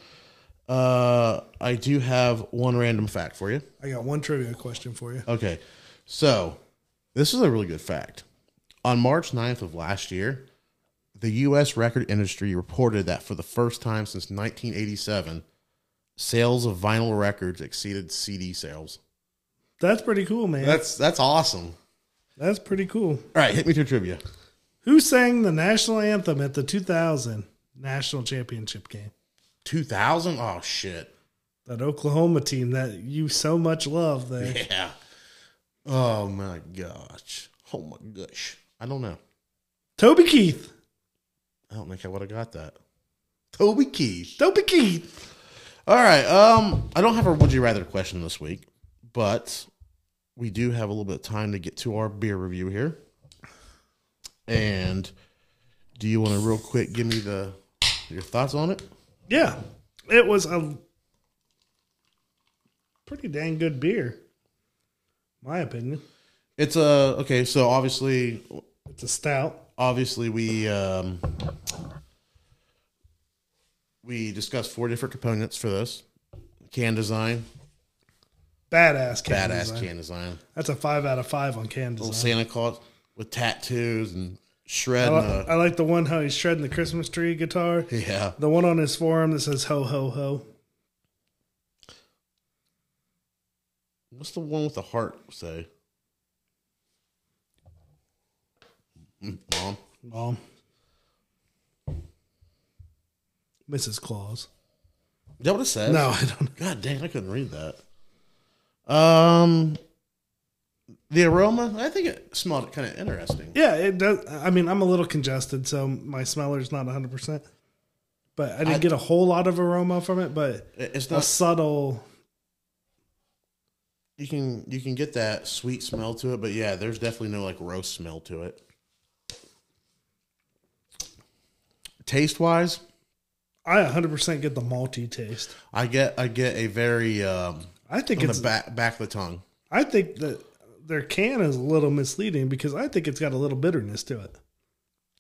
[SPEAKER 1] Uh, I do have one random fact for you.
[SPEAKER 2] I got one trivia question for you.
[SPEAKER 1] Okay, so this is a really good fact. On March 9th of last year, the U.S. record industry reported that for the first time since 1987, sales of vinyl records exceeded CD sales.
[SPEAKER 2] That's pretty cool, man.
[SPEAKER 1] That's that's awesome.
[SPEAKER 2] That's pretty cool.
[SPEAKER 1] All right, hit me to trivia.
[SPEAKER 2] Who sang the national anthem at the 2000 national championship game?
[SPEAKER 1] 2000? Oh, shit.
[SPEAKER 2] That Oklahoma team that you so much love there.
[SPEAKER 1] Yeah. Oh, my gosh. Oh, my gosh. I don't know.
[SPEAKER 2] Toby Keith.
[SPEAKER 1] I don't think I would have got that. Toby Keith.
[SPEAKER 2] Toby Keith.
[SPEAKER 1] All right. Um, I don't have a would you rather question this week, but we do have a little bit of time to get to our beer review here. And do you want to real quick give me the your thoughts on it?
[SPEAKER 2] Yeah. It was a pretty dang good beer. My opinion.
[SPEAKER 1] It's a okay. So obviously,
[SPEAKER 2] It's a stout.
[SPEAKER 1] obviously we um, we discussed four different components for this can design
[SPEAKER 2] Badass can.
[SPEAKER 1] badass
[SPEAKER 2] design.
[SPEAKER 1] can design
[SPEAKER 2] That's a five out of five on can design.
[SPEAKER 1] little santa claus with tattoos and
[SPEAKER 2] I,
[SPEAKER 1] shredding
[SPEAKER 2] li-
[SPEAKER 1] uh,
[SPEAKER 2] I like the one how he's shredding the Christmas tree guitar.
[SPEAKER 1] yeah
[SPEAKER 2] The one on his forearm that says ho ho ho.
[SPEAKER 1] what's the one with the heart say Mm, mom
[SPEAKER 2] Mom. Mrs.
[SPEAKER 1] is
[SPEAKER 2] Claus.
[SPEAKER 1] that what it says
[SPEAKER 2] No, I don't.
[SPEAKER 1] god dang i couldn't read that um the aroma i think it smelled kind of interesting
[SPEAKER 2] Yeah, it does. I mean, I'm a little congested, so my smeller's not 100%. But I didn't
[SPEAKER 1] I-
[SPEAKER 2] get a whole lot of aroma from it, but
[SPEAKER 1] It- it's
[SPEAKER 2] a
[SPEAKER 1] not
[SPEAKER 2] subtle.
[SPEAKER 1] you can you can get that sweet smell to it, but yeah, there's definitely no like roast smell to it. Taste wise,
[SPEAKER 2] I 100% get the malty taste.
[SPEAKER 1] I get I get a very um,
[SPEAKER 2] I think
[SPEAKER 1] on
[SPEAKER 2] it's.
[SPEAKER 1] the back back of the tongue.
[SPEAKER 2] I think that their can is a little misleading because I think it's got a little bitterness to it.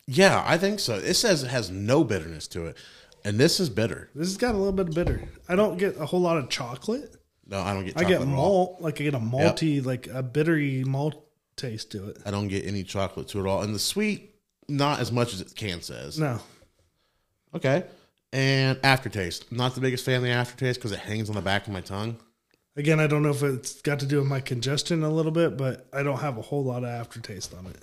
[SPEAKER 1] Yeah, I think so. It says it has no bitterness to it, and this is bitter.
[SPEAKER 2] This has got a little bit of bitter. I don't get a whole lot of chocolate.
[SPEAKER 1] No, I don't get.
[SPEAKER 2] I
[SPEAKER 1] Chocolate
[SPEAKER 2] get
[SPEAKER 1] at all.
[SPEAKER 2] malt, like I get a malty, like a bittery malt taste to it.
[SPEAKER 1] I don't get any chocolate to it all, and the sweet not as much as it can says.
[SPEAKER 2] No,
[SPEAKER 1] Okay, and aftertaste. Not the biggest fan of the aftertaste because it hangs on the back of my tongue.
[SPEAKER 2] Again, I don't know if it's got to do with my congestion a little bit, but I don't have a whole lot of aftertaste on it.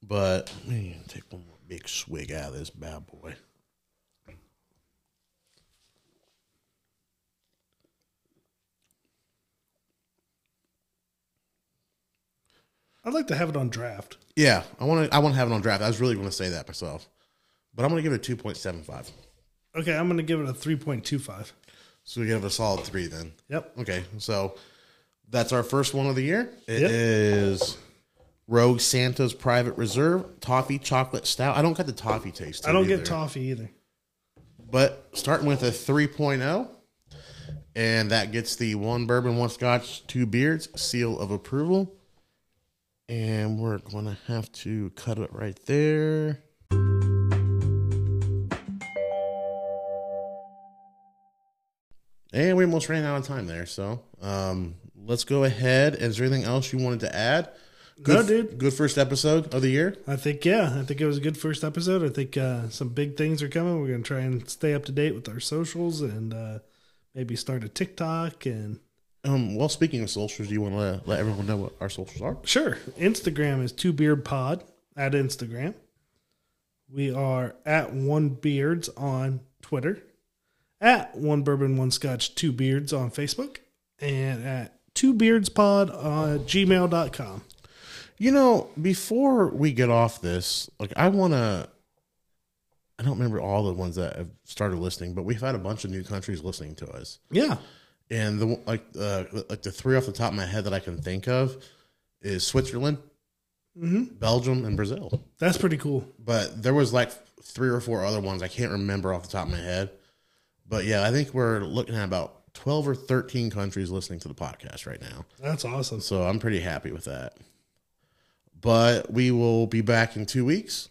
[SPEAKER 1] But man, take one more big swig out of this bad boy.
[SPEAKER 2] I'd like to have it on draft.
[SPEAKER 1] Yeah, I want to. I want to have it on draft. I was really going to say that myself, but I'm going to give it a two point seven five.
[SPEAKER 2] Okay, I'm going to give it a 3.25.
[SPEAKER 1] So we give it a solid three then.
[SPEAKER 2] Yep.
[SPEAKER 1] Okay, so that's our first one of the year. It is
[SPEAKER 2] Yep.
[SPEAKER 1] Rogue Santa's Private Reserve Toffee Chocolate Stout. I don't get the toffee taste. to
[SPEAKER 2] I
[SPEAKER 1] it
[SPEAKER 2] don't
[SPEAKER 1] either,
[SPEAKER 2] get toffee either.
[SPEAKER 1] but starting with a 3.0 oh, And that gets the one bourbon, one scotch, two beards seal of approval. And we're going to have to cut it right there. And we almost ran out of time there. So um, let's go ahead. Is there anything else you wanted to add? Good,
[SPEAKER 2] No, dude.
[SPEAKER 1] Good first episode of the year.
[SPEAKER 2] I think yeah, I think it was a good first episode. I think uh, some big things are coming. We're gonna try and stay up to date with our socials and uh, maybe start a TikTok and
[SPEAKER 1] Um, well, speaking of socials, do you want to let, let everyone know what our socials are?
[SPEAKER 2] sure. Instagram is two beard pod at Instagram. We are at one beards on Twitter, at one bourbon one scotch two beards on Facebook, and at two beards pod uh, on gmail.com.
[SPEAKER 1] You know, before we get off this, like I want to. I don't remember all the ones that have started listening, but we've had a bunch of new countries listening to us,
[SPEAKER 2] Yeah,
[SPEAKER 1] and the like, uh, like the three off the top of my head that I can think of is Switzerland, Belgium, and Brazil.
[SPEAKER 2] that's pretty cool.
[SPEAKER 1] But there was like three or four other ones I can't remember off the top of my head. But yeah, I think we're looking at about twelve or thirteen countries listening to the podcast right now.
[SPEAKER 2] That's awesome.
[SPEAKER 1] So I'm pretty happy with that. But we will be back in two weeks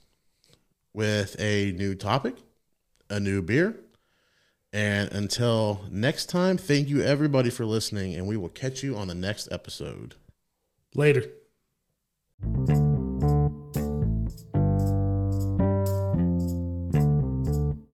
[SPEAKER 1] with a new topic, a new beer. And until next time, thank you everybody for listening, and we will catch you on the next episode.
[SPEAKER 2] Later.